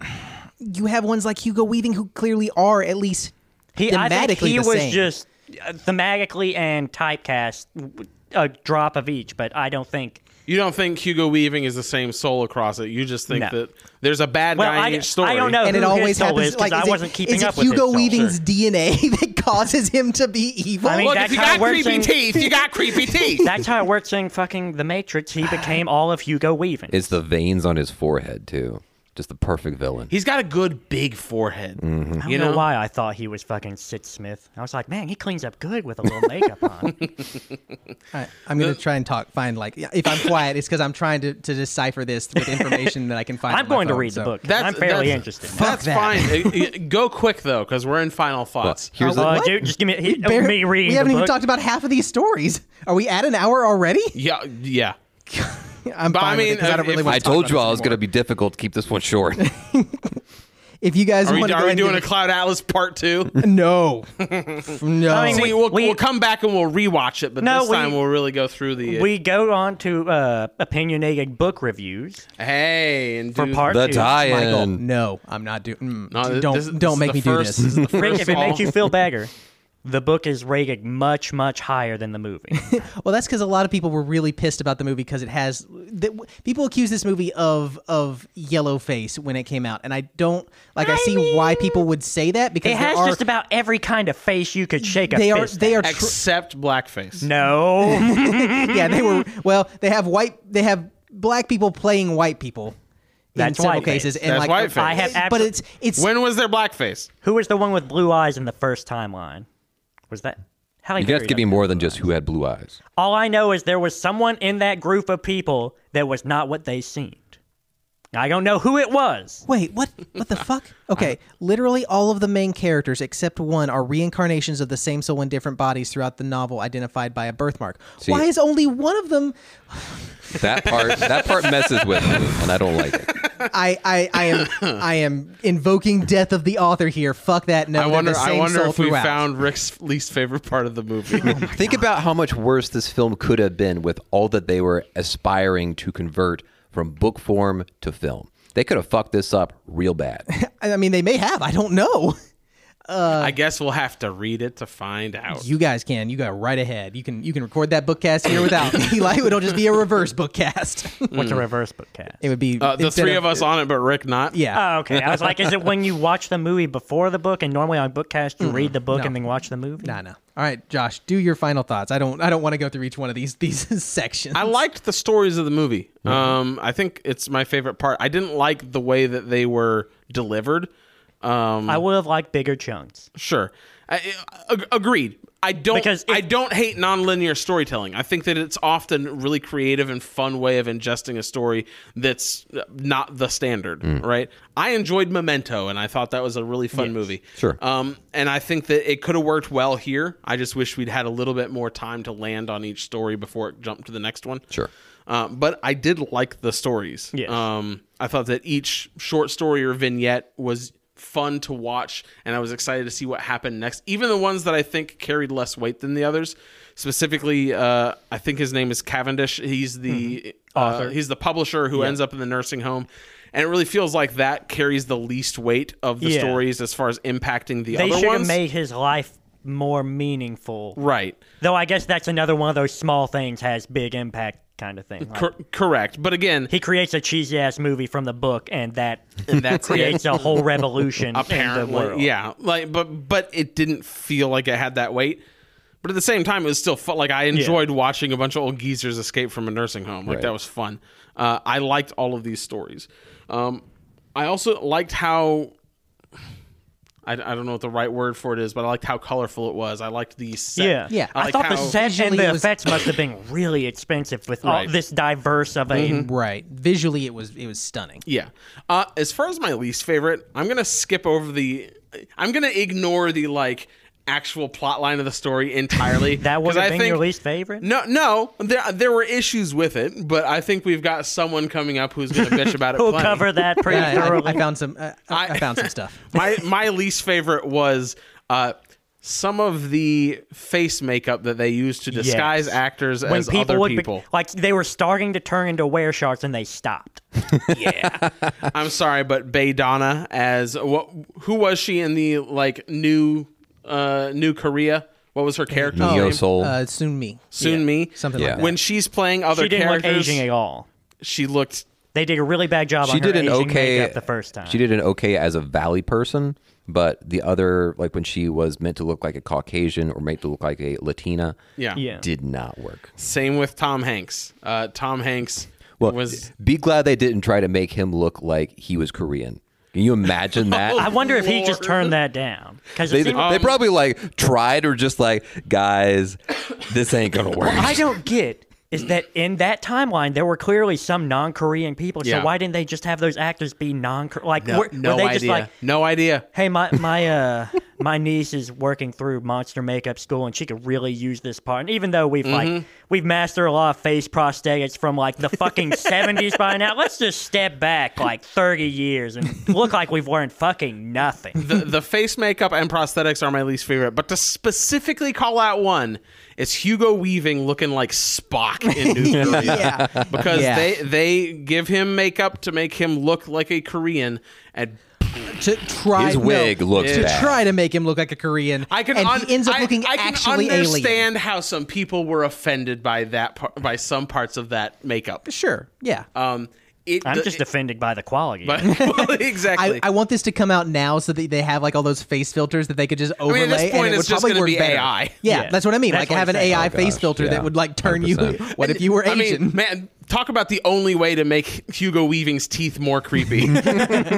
you have ones like Hugo Weaving who clearly are at least
He, I think
Thematically
he
the
was
same.
just uh, thematically and typecast w- a drop of each, but I don't think.
you don't think hugo weaving is the same soul across it you just think
No.
that there's a bad
Well,
guy in
I,
each story
I don't know
and
who
it always
his soul
happens
is
like
because
is
I
it-
wasn't keeping
is it
up with his
Hugo
soul.
Weaving's DNA that causes him to be evil.
I mean,
Look,
that's
if you
how
got
it works
creepy
in-
teeth, you got creepy teeth.
That's how it works in fucking The Matrix. He became all of Hugo Weaving.
It's the veins on his forehead too. Just the perfect villain.
He's got a good big forehead.
Mm-hmm.
I don't know, why I thought he was fucking Sid Smith. I was like, man, he cleans up good with a little makeup on.
I, am going to try and talk. Find like yeah, if I'm quiet, it's because I'm trying to, to decipher this with information that I can find.
I'm
on my
going to
phone,
read the
so-
book. 'cause
That's-
I'm fairly
that's-
interested. now.
Fuck
That's
that.
fine. Uh, y- Go quick though, because we're in final
Well,
thoughts.
here's
Uh,
the,
What?
dude, just give me, he,
Bar-
me reading
we haven't
the
even
book.
talked about half of these stories. Are we at an hour already?
yeah, yeah.
I'm
But I
fine with it
mean,
'cause I don't
if-
really
if-
want
I
to talk
told
about
you
this
all it was
anymore.
going to be difficult. Keep this one short.
If you guys
Are
want
we,
to
are
go
we
ahead and
doing a
give
Cloud Atlas Part Two?
it- no, no.
I mean,
See, we'll,
We-
we'll come back and we'll rewatch it, but
No,
this
we-
time we'll really go through the.
We go on to uh, opinionated book reviews
hey, and
for
do-
part
the
two.
Michael,
tie-in.
no, I'm not doing. Mm,
No,
d-
this-
don't
this is
don't make
the
me
first-
do
this
this.
is the
Rick,
first
if it makes
all-
you feel better, the book is rated much, much higher than the movie.
well, that's because a lot of people were really pissed about the movie because it has. Th- w- people accuse this movie of of yellow face when it came out, and I don't like. I,
I
see
mean,
why people would say that because
it has
there are
just about every kind of face you could shake a
they are
fist
they
at.
are tr-
except blackface.
No.
yeah they were well they have white they have black people playing white people.
That's
in several
whiteface.
cases, and
That's
like
whiteface. I
have
but
abso-
it's it's
When was their blackface?
Who was the one with blue eyes in the first timeline? Was that Halle
You guys
Berry
give me
doesn't
more
have
than
blue
just who had blue eyes.
eyes. All I know is there was someone in that group of people that was not what they seemed. I don't know who it was.
Wait, what? What the fuck? Okay, literally all of the main characters except one are reincarnations of the same soul in different bodies throughout the novel, identified by a birthmark. Why is only one of them?
That part that part messes with me, and I don't like it.
I, I, I am I am invoking death of the author here. Fuck that. No,
I
they're
wonder.
The
I
same
wonder
soul
if we
throughout.
found Rick's least favorite part of the movie.
Think about how much worse this film could have been with all that they were aspiring to convert from book form to film. They could have fucked this up real bad.
I I mean, they may have. I don't know.
I guess we'll have to read it to find out.
You guys can. You go right ahead. You can. You can record that bookcast here without Eli. It'll just be a reverse bookcast.
What's
Mm.
a reverse book cast?
it would be
uh, the
instead
three of us on it, but Rick not.
Yeah.
Oh, okay. I was like, is it when you watch the movie before the book? And normally on bookcast, you read the book and then watch the movie.
I know. All right, Josh, do your final thoughts. I don't. I don't want to go through each one of these these sections.
I liked the stories of the movie. Um, I think it's my favorite part. I didn't like the way that they were delivered. Um,
I would have liked bigger chunks.
Sure. I, ag- agreed. I don't.
Because if-
I don't hate nonlinear storytelling. I think that it's often a really creative and fun way of ingesting a story that's uh, not the standard,
Mm.
right? I enjoyed Memento, and I thought that was a really fun movie.
Sure.
Um, and I think that it could have worked well here. I just wish we'd had a little bit more time to land on each story before it jumped to the next one.
Sure.
Um, but I did like the stories.
Yes.
Um, I thought that each short story or vignette was fun to watch, and I was excited to see what happened next. Even the ones that I think carried less weight than the others. Specifically, uh, I think his name is Cavendish. He's the
Mm-hmm.
author. He's the publisher who ends up in the nursing home, and it really feels like that carries the least weight of the
Yeah.
stories as far as impacting the
They
other
should have
ones.
made his life more meaningful.
right.
Though I guess that's another one of those small things has big impact kind of thing. Like,
Cor- correct. But again,
he creates a cheesy ass movie from the book, and that
and that's it.
creates a whole revolution. in the world.
apparently yeah like but but it didn't feel like it had that weight but at the same time it was still fun like i enjoyed watching a bunch of old geezers escape from a nursing home like that was fun uh, i liked all of these stories um, i also liked how I, I don't know what the right word for it is, but I liked how colorful it was. I liked the set.
Yeah,
Yeah.
I,
like
thought
how-
the set and
Visually, it
the
was-
effects must have been really expensive with all
Right. Mm-hmm.
this diverse of a.
right. Visually, it was it was stunning.
Yeah. Uh, as far as my least favorite, I'm gonna skip over the. I'm gonna ignore the like actual plot line of the story entirely.
That
'cause
would have
I
been
think-
your least favorite.
No, no, there there were issues with it, but I think we've got someone coming up who's gonna bitch about it.
We'll
plenty.
cover that pretty
Yeah, I- I,
thoroughly.
I found some. Uh, I, I
I-
found some stuff.
my my least favorite was uh, some of the face makeup that they used to disguise
Yes.
actors as other
would be-
people.
like they were starting to turn into were sharks and they stopped.
I'm sorry, but Bay Donna as what? Who was she in the like new uh, new Korea? What was her character?
Neo
Oh,
name?
Soul.
Uh, soon me.
Soon me.
Something
Yeah.
like that.
When she's playing other
She didn't look
characters,
aging at all.
she looked
They did a really bad job
she
on her
did an
aging
okay
makeup the first time.
She did an okay as a valley person, but the other like when she was meant to look like a Caucasian or made to look like a Latina,
yeah.
Yeah.
did not work.
Same with Tom Hanks. Uh, Tom Hanks
Well,
was
be glad they didn't try to make him look like he was Korean. Can you imagine that?
Oh,
I wonder if he just
Lord.
turned that down because
they, they probably like tried or just like guys, this ain't gonna work.
I don't get is that in that timeline there were clearly some non-Korean people. So
Yeah.
why didn't they just have those actors be non? Like
no,
were, were
no
they
idea.
just like
no idea.
Hey, my my uh my niece is working through monster makeup school, and she could really use this part. And even though we've
Mm-hmm.
like we've mastered a lot of face prosthetics from like the fucking seventies by now, let's just step back like thirty years and look like we've learned fucking nothing.
The, the face makeup and prosthetics are my least favorite, but to specifically call out one, it's Hugo Weaving looking like Spock in New Korea.
yeah.
because
Yeah.
they they give him makeup to make him look like a Korean, and
to try
His
no,
wig looks
to
bad.
try to make him look like a Korean.
I can
and
un-
he ends up
I-
looking
I can
actually
understand
alien.
how some people were offended by that par- by some parts of that makeup.
Sure. Yeah.
Um, it,
I'm
the-
just
it-
offended by the quality.
but, exactly.
I, I want this to come out now so that they have like all those face filters that they could just overlay.
mean, at this
and
point,
it
it's
would
just
probably
gonna
work
be
better.
AI.
Yeah,
Yeah.
that's what I mean.
That's
like
what
have an
I'm saying.
AI
Oh,
face
gosh,
filter
yeah.
that would like turn you.
100%.
What if you were
I
Asian?
mean, man, talk about the only way to make Hugo Weaving's teeth more creepy.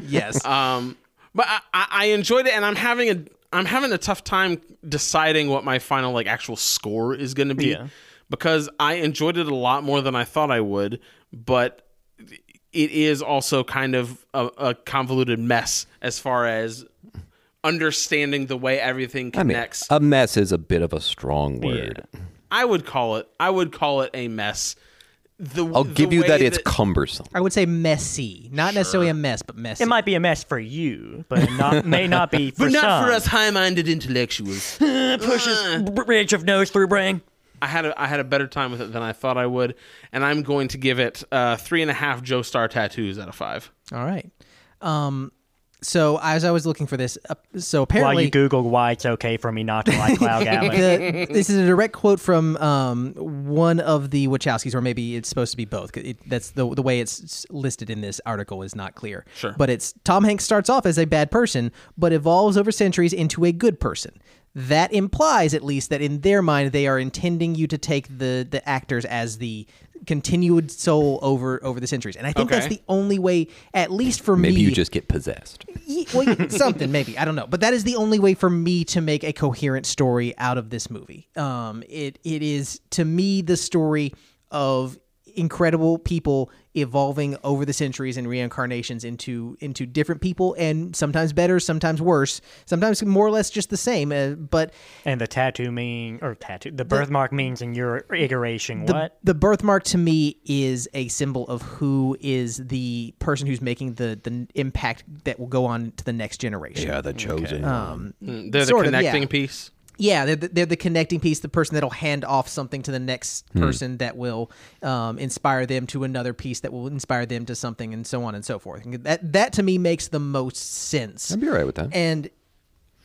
yes.
um, but I, I I enjoyed it, and I'm having a I'm having a tough time deciding what my final like actual score is going to be
Yeah.
because I enjoyed it a lot more than I thought I would, but it is also kind of a, a convoluted mess as far as understanding the way everything
I mean,
connects.
a mess is a bit of a strong word.
I would call it I would call it a mess. The,
I'll
the
give you
way
that it's cumbersome.
I would say messy, not necessarily a mess, but messy.
It might be a mess for you, but not may not be for
but not for
some.
us high-minded intellectuals.
Pushes bridge of nose through brain.
I had a, I had a better time with it than I thought I would, and I'm going to give it uh, three and a half Joe Star tattoos out of five.
All right. Um, so as I was looking for this, uh, so
While
apparently
you Google why it's okay for me not to like Cloud Atlas.
the, this is a direct quote from um, one of the Wachowskis, or maybe it's supposed to be both. 'cause It, that's the the way it's listed in this article is not clear. Sure, but it's Tom Hanks starts off as a bad person, but evolves over centuries into a good person. That implies, at least, that in their mind they are intending you to take the the actors as the continued soul over over the centuries, and I think that's
Okay.
the only way, at least for
Maybe
me.
you just get possessed.
Ye- well, something maybe I don't know, but that is the only way for me to make a coherent story out of this movie. Um, it it is to me the story of incredible people evolving over the centuries and reincarnations into into different people, and sometimes better, sometimes worse, sometimes more or less just the same. Uh, but
and the tattoo mean or tattoo the birthmark means in your iteration
the,
what?
the birthmark to me is a symbol of who is the person who's making the the impact that will go on to the next generation.
the chosen.
Um,
Mm, They're the
Sort of, yeah.
connecting piece.
yeah they're the, they're the connecting piece the person that'll hand off something to the next person that will um, inspire them to another piece that will inspire them to something and so on and so forth And that that to me makes the most sense
I'd be all right with that.
and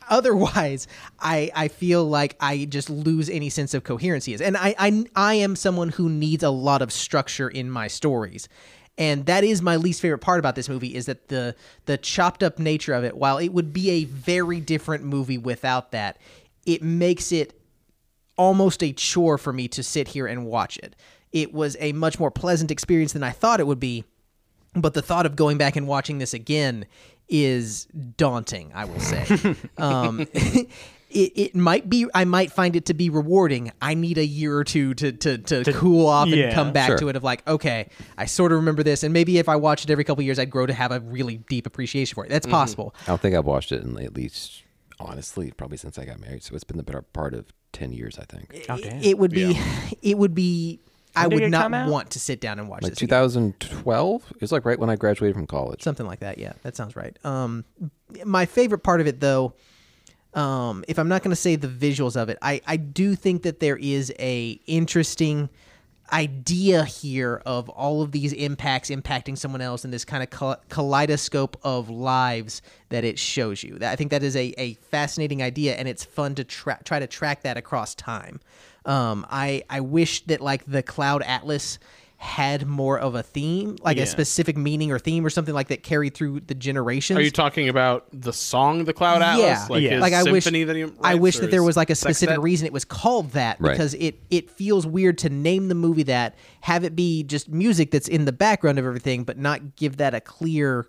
otherwise i i feel like i just lose any sense of coherency and I, I i am someone who needs a lot of structure in my stories and that is my least favorite part about this movie is that the the chopped up nature of it while it would be a very different movie without that it makes it almost a chore for me to sit here and watch it it was a much more pleasant experience than i thought it would be but the thought of going back and watching this again is daunting i will say um, it, it might be i might find it to be rewarding i need a year or two to, to, to, cool off and
yeah.
come back
Sure.
to it of like okay i sort of remember this and maybe if i watch it every couple years i'd grow to have a really deep appreciation for it
Mm-hmm.
that's possible
I don't think I've watched it in at least, honestly, probably since I got married. So it's been the better part of 10 years, I think.
it, it would be it would be i
did
would
it
not
come out?
want to sit down and watch
Like
this again.
2012? It was like right when I graduated from college.
something like that yeah that sounds right um my favorite part of it though um if i'm not going to say the visuals of it i i do think that there is a interesting idea here of all of these impacts impacting someone else and this kind of kale- kaleidoscope of lives that it shows you That- i think that is a, a fascinating idea and it's fun to tra- try to track that across time um i i wish that like the cloud atlas had more of a theme like a specific meaning or theme or something like that carried through the generations
Are you talking about the song "The Cloud Atlas"?
yeah,
like,
Yeah.
His
I wish
symphony that he
I
writes,
wish
or
that there
his
was like a
sextet?
specific reason it was called that
Right.
because it it feels weird to name the movie that, have it be just music that's in the background of everything, but not give that a clear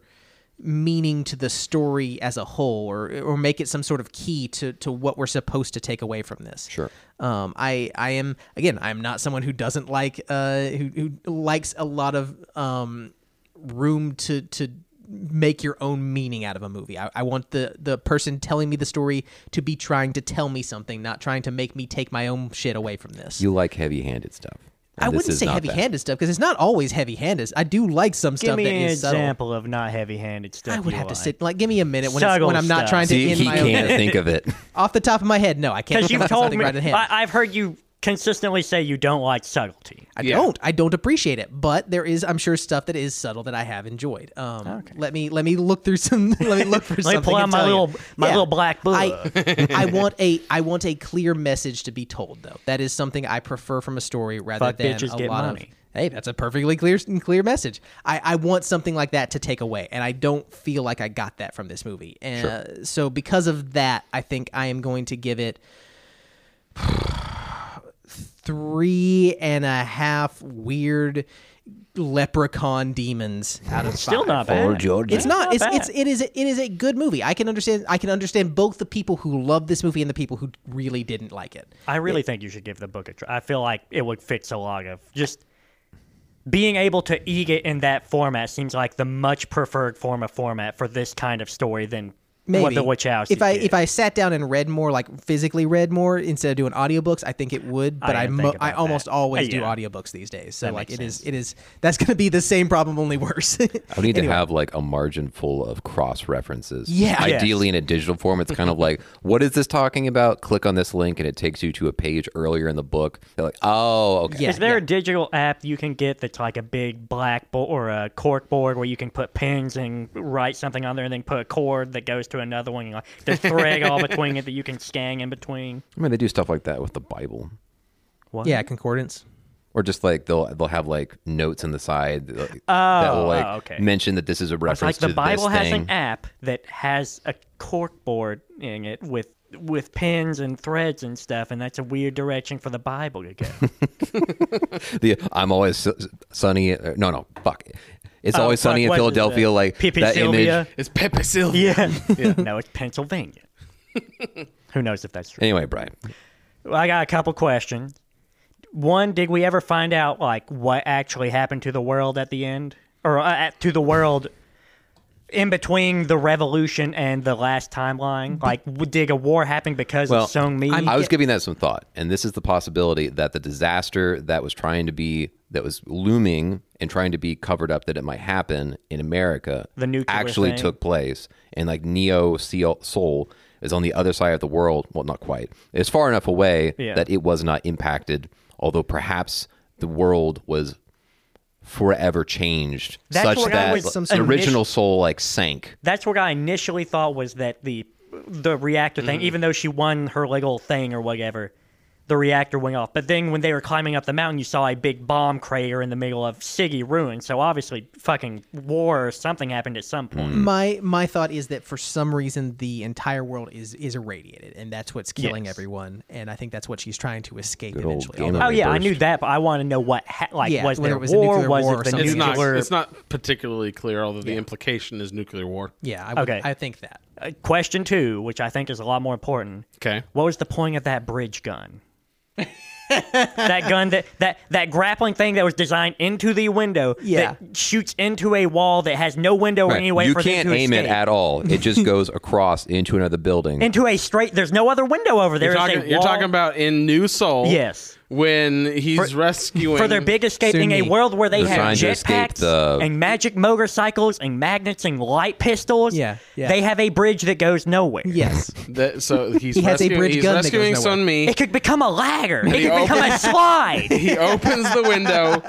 meaning to the story as a whole, or or make it some sort of key to to what we're supposed to take away from this.
Sure.
Um, I I am again I'm not someone who doesn't like uh who who likes a lot of um room to to make your own meaning out of a movie. I, I want the the person telling me the story to be trying to tell me something, not trying to make me take my own shit away from this.
You like heavy handed stuff. And
I
this
wouldn't
is
say
not that.
heavy-handed stuff because it's not always heavy-handed. I do like some
Give
stuff
me
that
an
is subtle.
example of not heavy-handed stuff.
I would
you
have to
like.
sit like give me a minute when, it's,
Subtle
when I'm not
stuff.
trying to
See,
end
he
my own
can't think of it.
off the top of my head. No, I can't.
Because
come
you've
up with
told
something
me,
right at hand.
I, I've heard you consistently say you don't like subtlety.
I
Yeah.
don't. I don't appreciate it. But there is, I'm sure, stuff that is subtle that I have enjoyed. Um, Let me let me look through some. let me look for
me
something.
pull
and
out my
tell you.
little- my little black book.
I, I want a I want a clear message to be told though. That is something I prefer from a story rather
Fuck
than
bitches,
a
get
lot
money.
of. Hey, that's a perfectly clear clear message. I, I want something like that to take away, and I don't feel like I got that from this movie. And uh, so because of that, I think I am going to give it three and a half weird leprechaun demons out of
Still
five.
not bad.
George.
It's not.
not
It's,
bad.
it's it is it is a good movie. I can understand. I can understand both the people who love this movie and the people who really didn't like it.
I really think you should give the book a try. I feel like it would fix a lot of just being able to eat it in that format seems like the much preferred form of format for this kind of story than
Maybe.
the Wachowski
If I
did.
if I sat down and read more, like physically read more instead of doing audiobooks, I think it would. But I
didn't
mo-
think
I
about
almost
that.
always
Uh,
do
yeah.
audiobooks these days. So like it
makes
is it is that's going to be the same problem only worse.
I would need to have like a margin full of cross references.
Yeah.
Ideally in a digital form, it's kind of like, what is this talking about? Click on this link and it takes you to a page earlier in the book. They're like, oh, okay.
Yeah,
Is there a digital app you can get that's like a big black board or a cork board where you can put pins and write something on there and then put a cord that goes to another one? and, Like there's thread all between it that you can scan in between.
I mean, they do stuff like that with the Bible.
What?
yeah concordance.
Or just like they'll they'll have like notes on the side that, like, that will like
oh, okay.
mention that this is a
It's like
reference
the
to
Bible
this
has
thing.
an app that has a cork board in it with with pins and threads and stuff, and that's a weird direction for the Bible to go.
the I'm always S- sunny. uh, No, no, fuck. It's always
Oh, fuck,
sunny in
what is
Philadelphia.
that?
Like
P.P.
that
Sylvia?
image.
It's Pepe Silvia.
Yeah. No, it's Pennsylvania. Who knows if that's true?
Anyway, Brian,
Well, I got a couple questions. One, did we ever find out like what actually happened to the world at the end, or uh, at- to the world in between the revolution and the last timeline? Like, w- did a war happen because
Well,
of Song Mi?
I was giving that some thought, and this is the possibility that the disaster that was trying to be that was looming and trying to be covered up that it might happen in America
The nuclear
actually
thing.
took place, and like Neo Seal- Soul is on the other side of the world. Well, not quite. It's far enough away
Yeah.
that it was not impacted, although perhaps the world was forever changed
That's
such
what I
that
was-
the
some
original
initial-
soul like sank
That's what I initially thought was that the the reactor thing, even though she won her legal thing or whatever, the reactor went off. But then when they were climbing up the mountain, you saw a big bomb crater in the middle of Siggy ruins. So obviously, fucking war or something happened at some point.
My my thought is that for some reason the entire world is is irradiated and that's what's killing
Yes.
everyone and I think that's what she's trying to escape
Good old
eventually.
Game of
although-
Oh yeah, I
burst.
knew that, but I want to know what ha- like
Yeah,
was
whether
there
it was a
war?
nuclear
was
war or
it the
something.
It's not,
nuclear
it's not particularly clear, although the implication is nuclear war.
yeah, I, would,
Okay.
I think that.
Uh, question two, which I think is a lot more important?
Okay.
What was the point of that bridge gun? that gun that, that that grappling thing that was designed into the window
Yeah.
that shoots into a wall that has no window or
Right.
any way
you
for
can't
them to
aim
escape.
it at all it just goes across into another building
Into a straight. There's no other window over there.
You're
It's a
talking, you're
wall.
talking about in New Soul.
Yes.
When he's rescuing.
for their big escape
Soon
in a
me.
world where they
They're
have
trying to escape
jetpacks
the-
and magic motorcycles and magnets and light pistols.
Yeah, yeah.
They have a bridge that goes nowhere.
Yes.
That, so he's
He has a
rescuing,
bridge
he's
gun that goes
rescuing
nowhere.
Sun Mi.
It could become a lagger. It could
open-
become a slide.
he opens the window,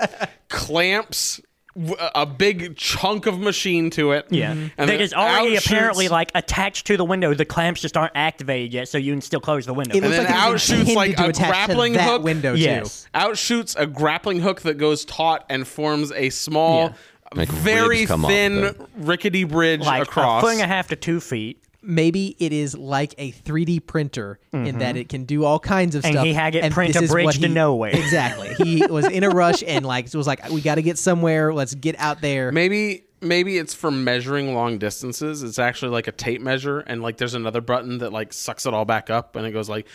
clamps w- a big chunk of machine to it.
Mm-hmm.
And Mm-hmm. that
then
is already
out shoots-
apparently like attached to the window. The clamps just aren't activated yet, so you can still close the window.
It
And
looks
then
like it
out
was
shoots,
intended
like,
to
a
attach
grappling
to that
hook.
window too.
yes.
out shoots a grappling hook that goes taut and forms a small,
Like
very
ribs come off
thin,
of
rickety bridge
Like
across.
a foot and a half to two feet.
maybe it is like a 3D printer in that it can do all kinds of
Mm-hmm. And
stuff.
he had it print
this
a
is what
bridge to
he-
nowhere.
Exactly. He was in a rush and like was like, we got to get somewhere. Let's get out there.
Maybe maybe it's for measuring long distances. It's actually like a tape measure, and like there's another button that like sucks it all back up, and it goes like.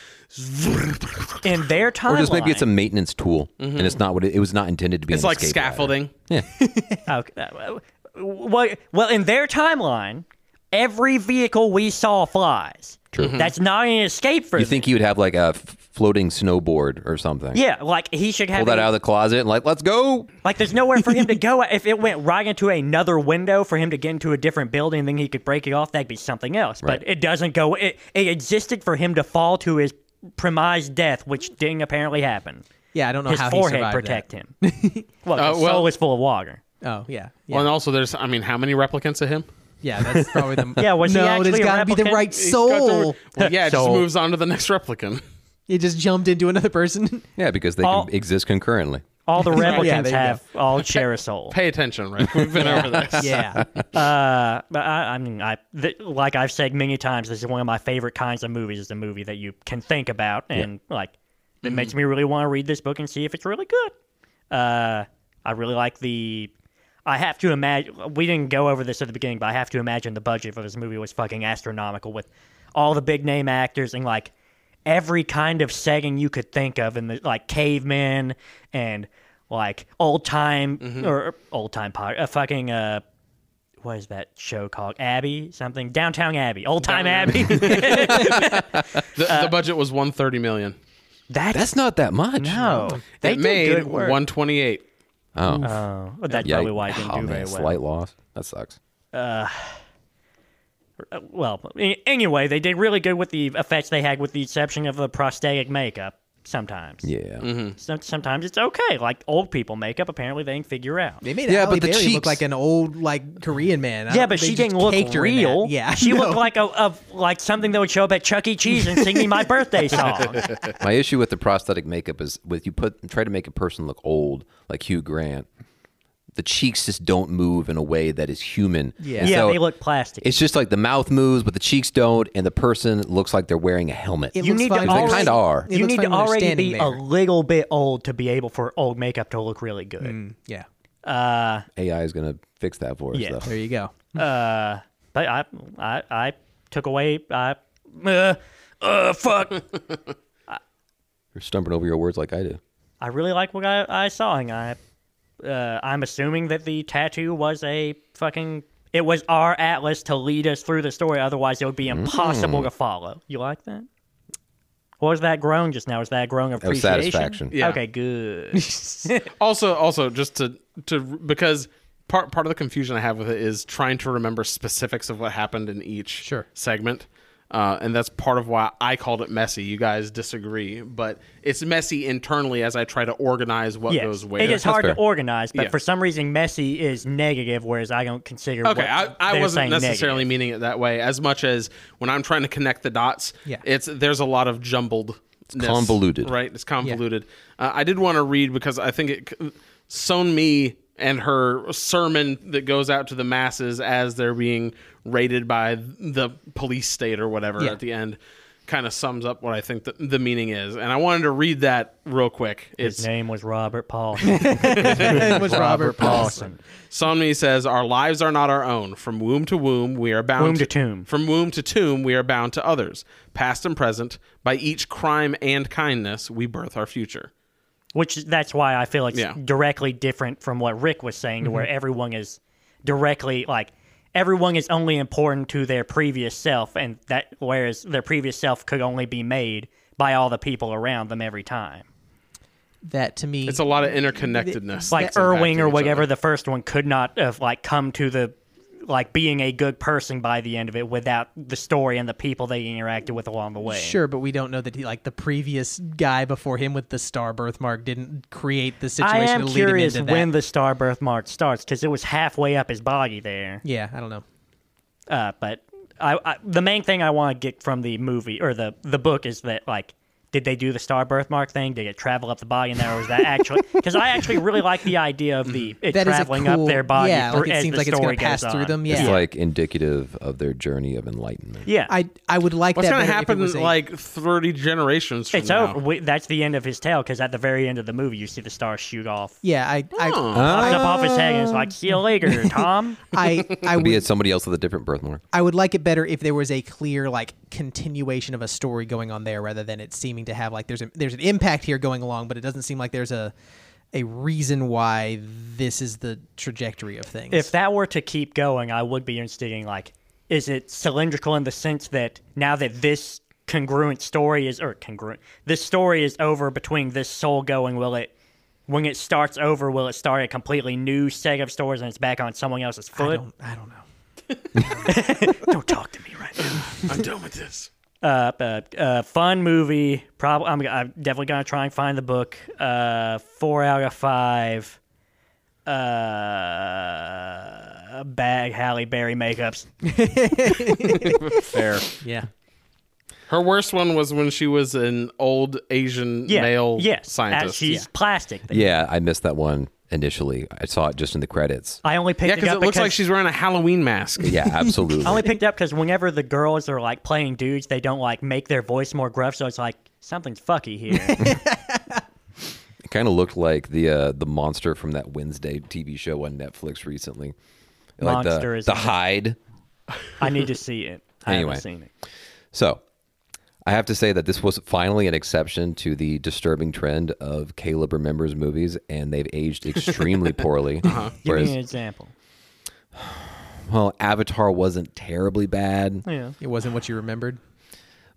In their time.
or just maybe it's a maintenance tool
Mm-hmm.
and it's not what it, it was not intended to be
It's
an
like
escape ladder.
scaffolding.
Okay. uh, Well, well, in their timeline, every vehicle we saw flies. True. That's not an escape for
you
them.
think he would have like a f- floating snowboard or something
Yeah, like he should have
pull that
a-
out of the closet and like let's go
Like, there's nowhere for him to go. If it went right into another window for him to get into a different building, then he could break it off. That'd be something else.
Right.
But it doesn't go. It, it existed for him to fall to his premised death, which didn't apparently happen.
yeah, I don't know
His
how he
forehead
survived
protect him. well, his
well-
soul is full of water.
that. Oh yeah, yeah.
Well, and also there's, I mean, how many replicants of him?
yeah that's probably the.
Yeah, was he
no,
actually
it's
a
got to be the
replicant?
right
He's got the-
Oh.
soul.
well, yeah, it just
Soul.
moves on to the next replicant.
He just jumped into another person.
yeah because they
All-
can exist concurrently
All the replicants
Yeah, there you
have all share a soul.
Pay attention, right? We've been over this.
yeah,
Uh, but I, I mean, I th- like I've said many times, this is one of my favorite kinds of movies. Is a movie that you can think about and like. It makes me really want to read this book and see if it's really good. Uh, I really like the. I have to imagine. We didn't go over this at the beginning, but I have to imagine the budget for this movie was fucking astronomical with all the big name actors and like every kind of setting you could think of, and the like cavemen and like old time or old time pot, uh, fucking uh, what is that show called? Abbey something? Downtown Abbey, Old Time Abbey.
The, the budget was 130 million.
That's,
That's not that much.
no, they
it
did
made
good work.
128.
Oh,
Oh, but that's
yeah.
probably why it didn't
oh,
do
man,
very well.
Slight loss. That sucks.
Uh, Well, a- anyway, they did really good with the effects they had, with the exception of the prosthetic makeup. Sometimes,
Yeah.
Some- sometimes it's okay. Like old people makeup, apparently they can figure out.
They made
Yeah,
Halle
but the
Berry look
cheeks-
like an old like Korean man. I
Yeah,
don't-
but
they
she
just
didn't look
caked her in that.
real.
Yeah, I
she
know.
looked like a, a like something that would show up at Chuck E. Cheese and sing me my birthday song.
My issue with the prosthetic makeup is with you put try to make a person look old, like Hugh Grant. The cheeks just don't move in a way that is human.
Yeah.
And
yeah,
so
they look plastic.
It's just like the mouth moves, but the cheeks don't, and the person looks like they're wearing a helmet.
It
you
looks
need to
fine
They
when-
kinda are.
it
you
looks
need
fine
to
when they're
already
standing
be a
there.
little bit old to be able for old makeup to look really good.
yeah.
AI is gonna fix that for us.
Yeah.
though.
There you go.
But I, I, I took away. I, uh, uh, fuck.
You're stumbling over your words like I do.
I really like what I, I saw, and I, uh, I'm assuming that the tattoo was a fucking. It was our atlas to lead us through the story. Otherwise, it would be impossible to follow. You like that? What was that groan just now? Was that a groan of
That was
appreciation?
satisfaction.
Yeah.
Okay, good.
Also, also just to to because part part of the confusion I have with it is trying to remember specifics of what happened in each
Sure.
segment. Uh, and that's part of why I called it messy. You guys disagree, but it's messy internally as I try to organize what
yes.
goes where.
It is hard to
fair.
organize, but
Yeah.
for some reason, messy is negative, whereas I don't consider.
Okay,
what
I, I
they're
wasn't
saying
necessarily
negative.
meaning it that way as much as when I'm trying to connect the dots.
Yeah.
it's there's a lot of jumbled,
convoluted.
right? It's convoluted. Uh, I did want to read because I think it c- sewn me and her sermon that goes out to the masses as they're being raided by the police state or whatever
Yeah.
at the end kind of sums up what I think the, the meaning is. And I wanted to read that real quick.
His
It's
name was Robert Paulson.
It was Robert
Paulson.
Sonmi says, Our lives are not our own. From womb to womb, we are bound
Womb to tomb.
From womb to tomb, we are bound to others. Past and present, by each crime and kindness, we birth our future.
which that's why I feel it's
Yeah.
directly different from what Rick was saying, to where
Mm-hmm.
everyone is directly like everyone is only important to their previous self, and that whereas their previous self could only be made by all the people around them every time.
That to me,
It's a lot of interconnectedness.
Like
that's
Irving
impacting
or
each
whatever,
other.
the first one could not have like come to the like being a good person by the end of it without the story and the people they interacted with along the way.
Sure, but we don't know that he like the previous guy before him with the star birthmark didn't create the situation
I am
to lead
curious
him into that.
when the star birthmark starts because it was halfway up his body there.
yeah, I don't know.
uh, but I, I the main thing I want to get from the movie or the the book is that like did they do the star birthmark thing? Did it travel up the body in there? Or was that actually because I actually really like the idea of the it
That is a
traveling
cool-
up their body?
Yeah,
for,
like it
as
seems
the
like it's
story
going to pass
goes
through
on.
them.
It's
Yeah,
like indicative of their journey of enlightenment.
Yeah,
I I would like
What's
that.
going to
better if it
happen
was a-
like 30 generations from
it's
now?
over. We, that's the end of his tale because at the very end of the movie, you see the star shoot off,
Yeah, I I
pops up off his head, and it's like, "See you later, Tom."
I I
Maybe
would
it's somebody else with a different birthmark.
I would like it better if there was a clear like continuation of a story going on there rather than it seeming to have like there's a, there's an impact here going along, but it doesn't seem like there's a a reason why this is the trajectory of things.
if that were to keep going, I would be interested in like, is it cylindrical in the sense that now that this congruent story is or congruent this story is over between this soul going, will it when it starts over, will it start a completely new set of stories and it's back on someone else's
I
foot?
don't I don't know.
Don't talk to me right now.
I'm done with this.
Uh, but, uh, fun movie. Probably I'm, I'm definitely gonna try and find the book. Uh, four out of five. Uh, bag Halle Berry makeups.
Fair.
Yeah.
Her worst one was when she was an old Asian
yeah,
male
yes, as
scientist.
She's plastic.
Yeah, I missed that one initially. I saw it just in the credits.
I only picked
yeah,
it
because
up
it looks
because
like she's wearing a Halloween mask.
Yeah, absolutely.
I only picked it up because whenever the girls are like playing dudes, they don't like make their voice more gruff, so it's like something's fucky here.
It kind of looked like the uh, the monster from that Wednesday TV show on Netflix recently. Like
Monster
the,
is
the
in it.
hide.
I need to see it. I
Anyway.
haven't seen it.
So, I have to say that this was finally an exception to the disturbing trend of Caleb remembers
Uh-huh.
movies, and they've aged extremely poorly.
Give
Whereas
me an example.
well, Avatar wasn't terribly bad,
Yeah.
It wasn't what you remembered.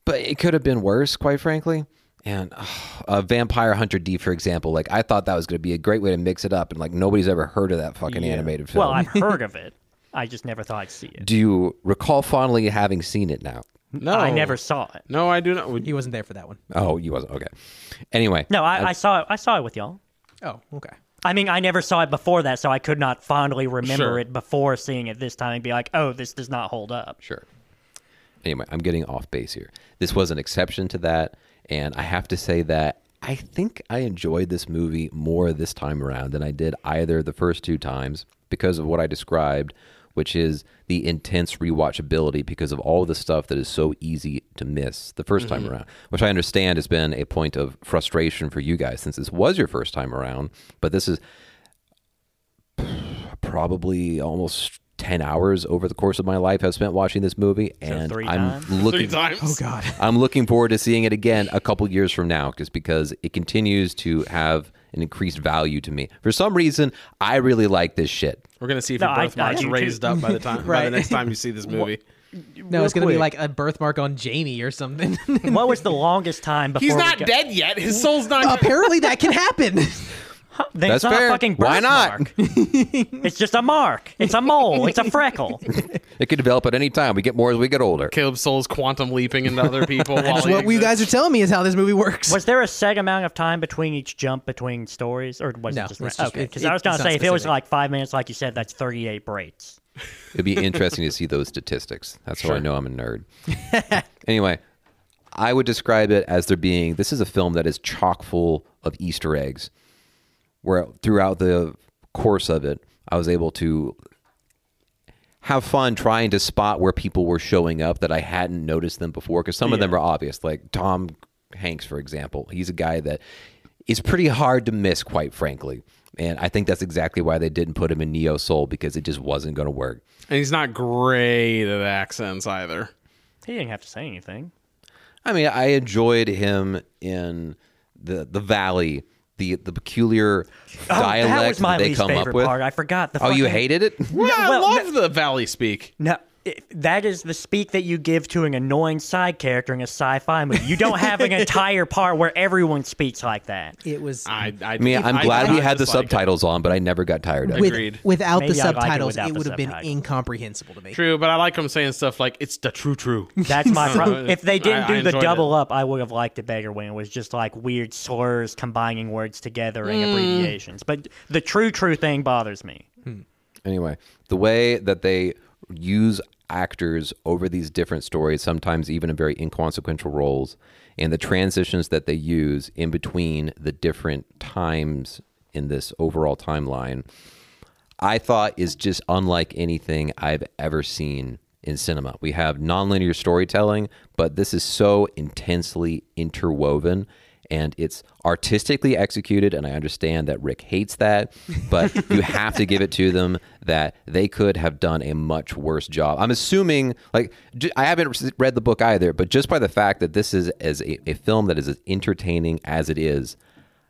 but it could have been worse, quite frankly. And ugh, uh, Vampire Hunter D, for example, like I thought that was going to be a great way to mix it up, and like nobody's ever heard of that fucking animated film.
Well, I've heard of it. I just never thought I'd see it.
Do you recall fondly having seen it now?
No,
I never saw it.
No, I do not. Would-
He wasn't there for that one.
Oh, you wasn't okay. Anyway,
No, I, I saw it. I saw it with y'all.
Oh, okay.
I mean, I never saw it before that, so I could not fondly remember
Sure.
it before seeing it this time and be like, "Oh, this does not hold up."
Sure. Anyway, I'm getting off base here. This was an exception to that, and I have to say that I think I enjoyed this movie more this time around than I did either the first two times because of what I described, which is the intense rewatchability because of all the stuff that is so easy to miss the 1st time around, which I understand has been a point of frustration for you guys since this was your first time around, but this is probably almost 10 hours over the course of my life I've spent watching this movie and
three
I'm
times?
three
looking
times.
Oh God.
I'm looking forward to seeing it again a couple years from now just because it continues to have an increased value to me. For some reason, I really like this shit.
We're gonna see if
No,
your
I- I
birthmark's
do too.
raised up by the time by the
Right.
next time you see this movie.
No, it's gonna be
quick.
like a birthmark on Jamie or something.
What was the longest time before
He's
we
not
got-
dead yet. His soul's not.
Apparently, that can happen.
Then
That's
it's not
fair.
a fucking
Why not?
birthmark. it's just a mark. It's a mole. It's a freckle.
It could develop at any time. We get more as we get older.
Caleb's soul's quantum leaping into other people. while
That's
he
what you
exists.
guys are telling me is how this movie works.
Was there a set amount of time between each jump between stories, or was
No,
it just,
it's
ra-
just-
okay?
it-
Because I was
it's
gonna
not
say if it was
specific.
like five minutes, like you said, that's thirty-eight breaks.
It'd be interesting to see those statistics. That's how I know I'm a nerd. anyway, I would describe it as there being this is a film that is chock full of Easter eggs, where throughout the course of it, I was able to have fun trying to spot where people were showing up that I hadn't noticed them before because some of them are obvious. Like Tom Hanks, for example, he's a guy that is pretty hard to miss, quite frankly. And I think that's exactly why they didn't put him in Neo Soul because it just wasn't going to work.
and he's not great at accents either.
He didn't have to say anything.
I mean, I enjoyed him in the the Valley, the the peculiar dialect
Oh, that was my
they
least
come
favorite
up with.
part. I forgot the.
oh, you
fucking-
hated it?
Well, I
well,
love the Valley speak.
No, it, that is the speak that you give to an annoying side character in a sci-fi movie. You don't have an entire part where everyone speaks like that.
it was
I, I,
I mean, I'm glad
I
we had the
dislike it.
subtitles on, but I never got tired of
with,
it.
agreed.
without the
Maybe I like it
subtitles.
without
it
the
would have been
subtitles.
incomprehensible to me.
True, but I like him saying stuff like "it's the true true."
That's my problem.
I-
If they didn't
I
do the
enjoyed
double up, I would have liked it better when it was just like weird slurs combining words together and abbreviations. But the true true thing bothers me.
Anyway, the way that they use actors over these different stories, sometimes even in very inconsequential roles, and the transitions that they use in between the different times in this overall timeline, I thought is just unlike anything I've ever seen in cinema. We have nonlinear storytelling, but this is so intensely interwoven and it's artistically executed and I understand that Rick hates that, but you have to give it to them that they could have done a much worse job. I'm assuming like j- I haven't read the book either, but just by the fact that this is as a, a film that is as entertaining as it is,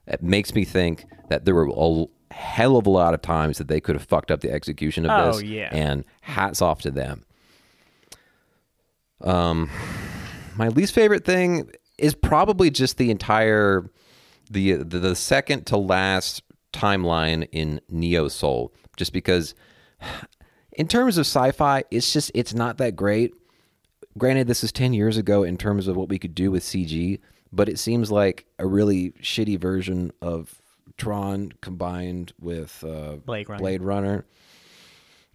it makes me think that there were a l- hell of a lot of times that they could have fucked up the execution of
Oh,
this.
yeah.
And hats off to them. Um, my least favorite thing is probably just the entire the the, the second to last timeline in Neo Soul, just because. In terms of sci-fi, it's just it's not that great granted this is 10 years ago in terms of what we could do with cg but it seems like a really shitty version of tron combined with uh,
Blade Runner.
Runner.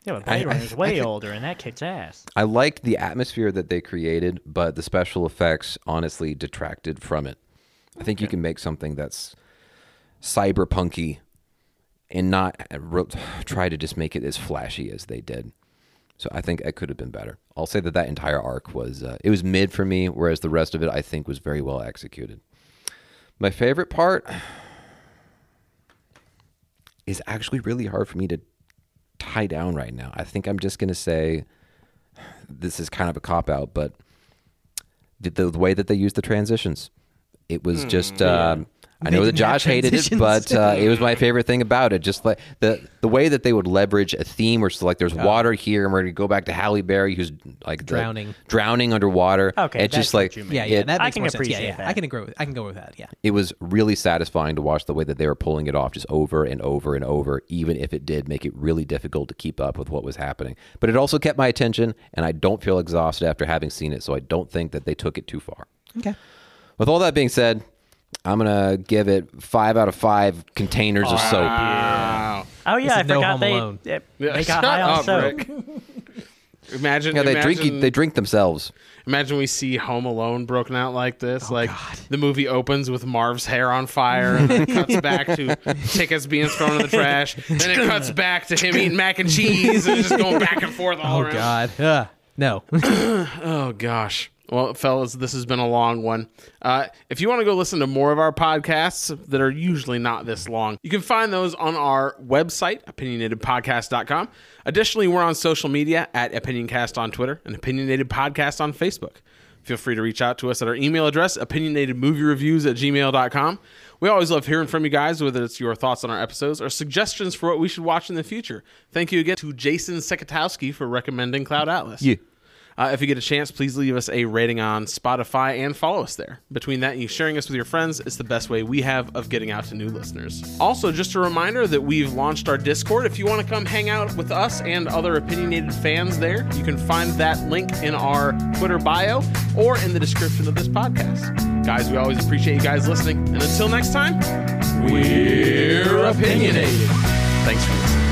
Yeah, but
I-
Blade Runner's
I- I
way
think-
older, and that kid's ass.
i liked the atmosphere that they created but the special effects honestly detracted from it i think you can make something that's cyberpunky and not uh, re- try to just make it as flashy as they did So I think it could have been better. I'll say that that entire arc was uh, it was mid for me, whereas the rest of it I think was very well executed. My favorite part is actually really hard for me to tie down right now. I think I'm just gonna say this is kind of a cop out, but the, the way that they use the transitions It was just. Um, I know that Josh hated it,
transitions.
but uh, it was my favorite thing about it. Just like the the way that they would leverage a theme, where it's like there's water here, and we're going to go back to Halle Berry, who's like the-
Drowning.
drowning underwater.
Okay,
it's just
that's what
like
you mean.
Yeah, yeah,
it-
that
I
makes
can
more sense. Yeah,
appreciate
yeah,
that.
I can agree. With, I can go with that. Yeah,
it was really satisfying to watch the way that they were pulling it off just over and over and over even if it did make it really difficult to keep up with what was happening but it also kept my attention and i don't feel exhausted after having seen it so i don't think that they took it too far
okay.
with all that being said i'm gonna give it five out of five containers of soap
Oh yeah, I
is no
forgot
Home
they
Alone.
they,
Yeah,
they
shut
got high on
up,
soap.
Rick. Imagine,
yeah they
imagine,
drink they drink themselves
imagine we see Home Alone broken out like
Oh,
this. like the movie opens with Marv's hair on fire, and then it cuts back to tickets being thrown in the trash. Then it cuts back to him eating mac and cheese and just going back and forth all
Oh
around.
God, Ugh. no.
Oh gosh. Well, fellas, this has been a long one. Uh, if you want to go listen to more of our podcasts that are usually not this long, you can find those on our website, opinionatedpodcast.com. Additionally, we're on social media at Opinioncast on Twitter and Opinionated Podcast on Facebook. Feel free to reach out to us at our email address, opinionatedmoviereviews at gmail.com. We always love hearing from you guys, whether it's your thoughts on our episodes or suggestions for what we should watch in the future. Thank you again to Jason Sekatowski for recommending Cloud Atlas.
Yeah.
Uh, if you get a chance, please leave us a rating on Spotify and follow us there. Between that and you sharing us with your friends, it's the best way we have of getting out to new listeners. Also, just a reminder that we've launched our Discord. If you want to come hang out with us and other opinionated fans there, you can find that link in our Twitter bio or in the description of this podcast. Guys, we always appreciate you guys listening. And until next time, we're opinionated. Thanks for listening.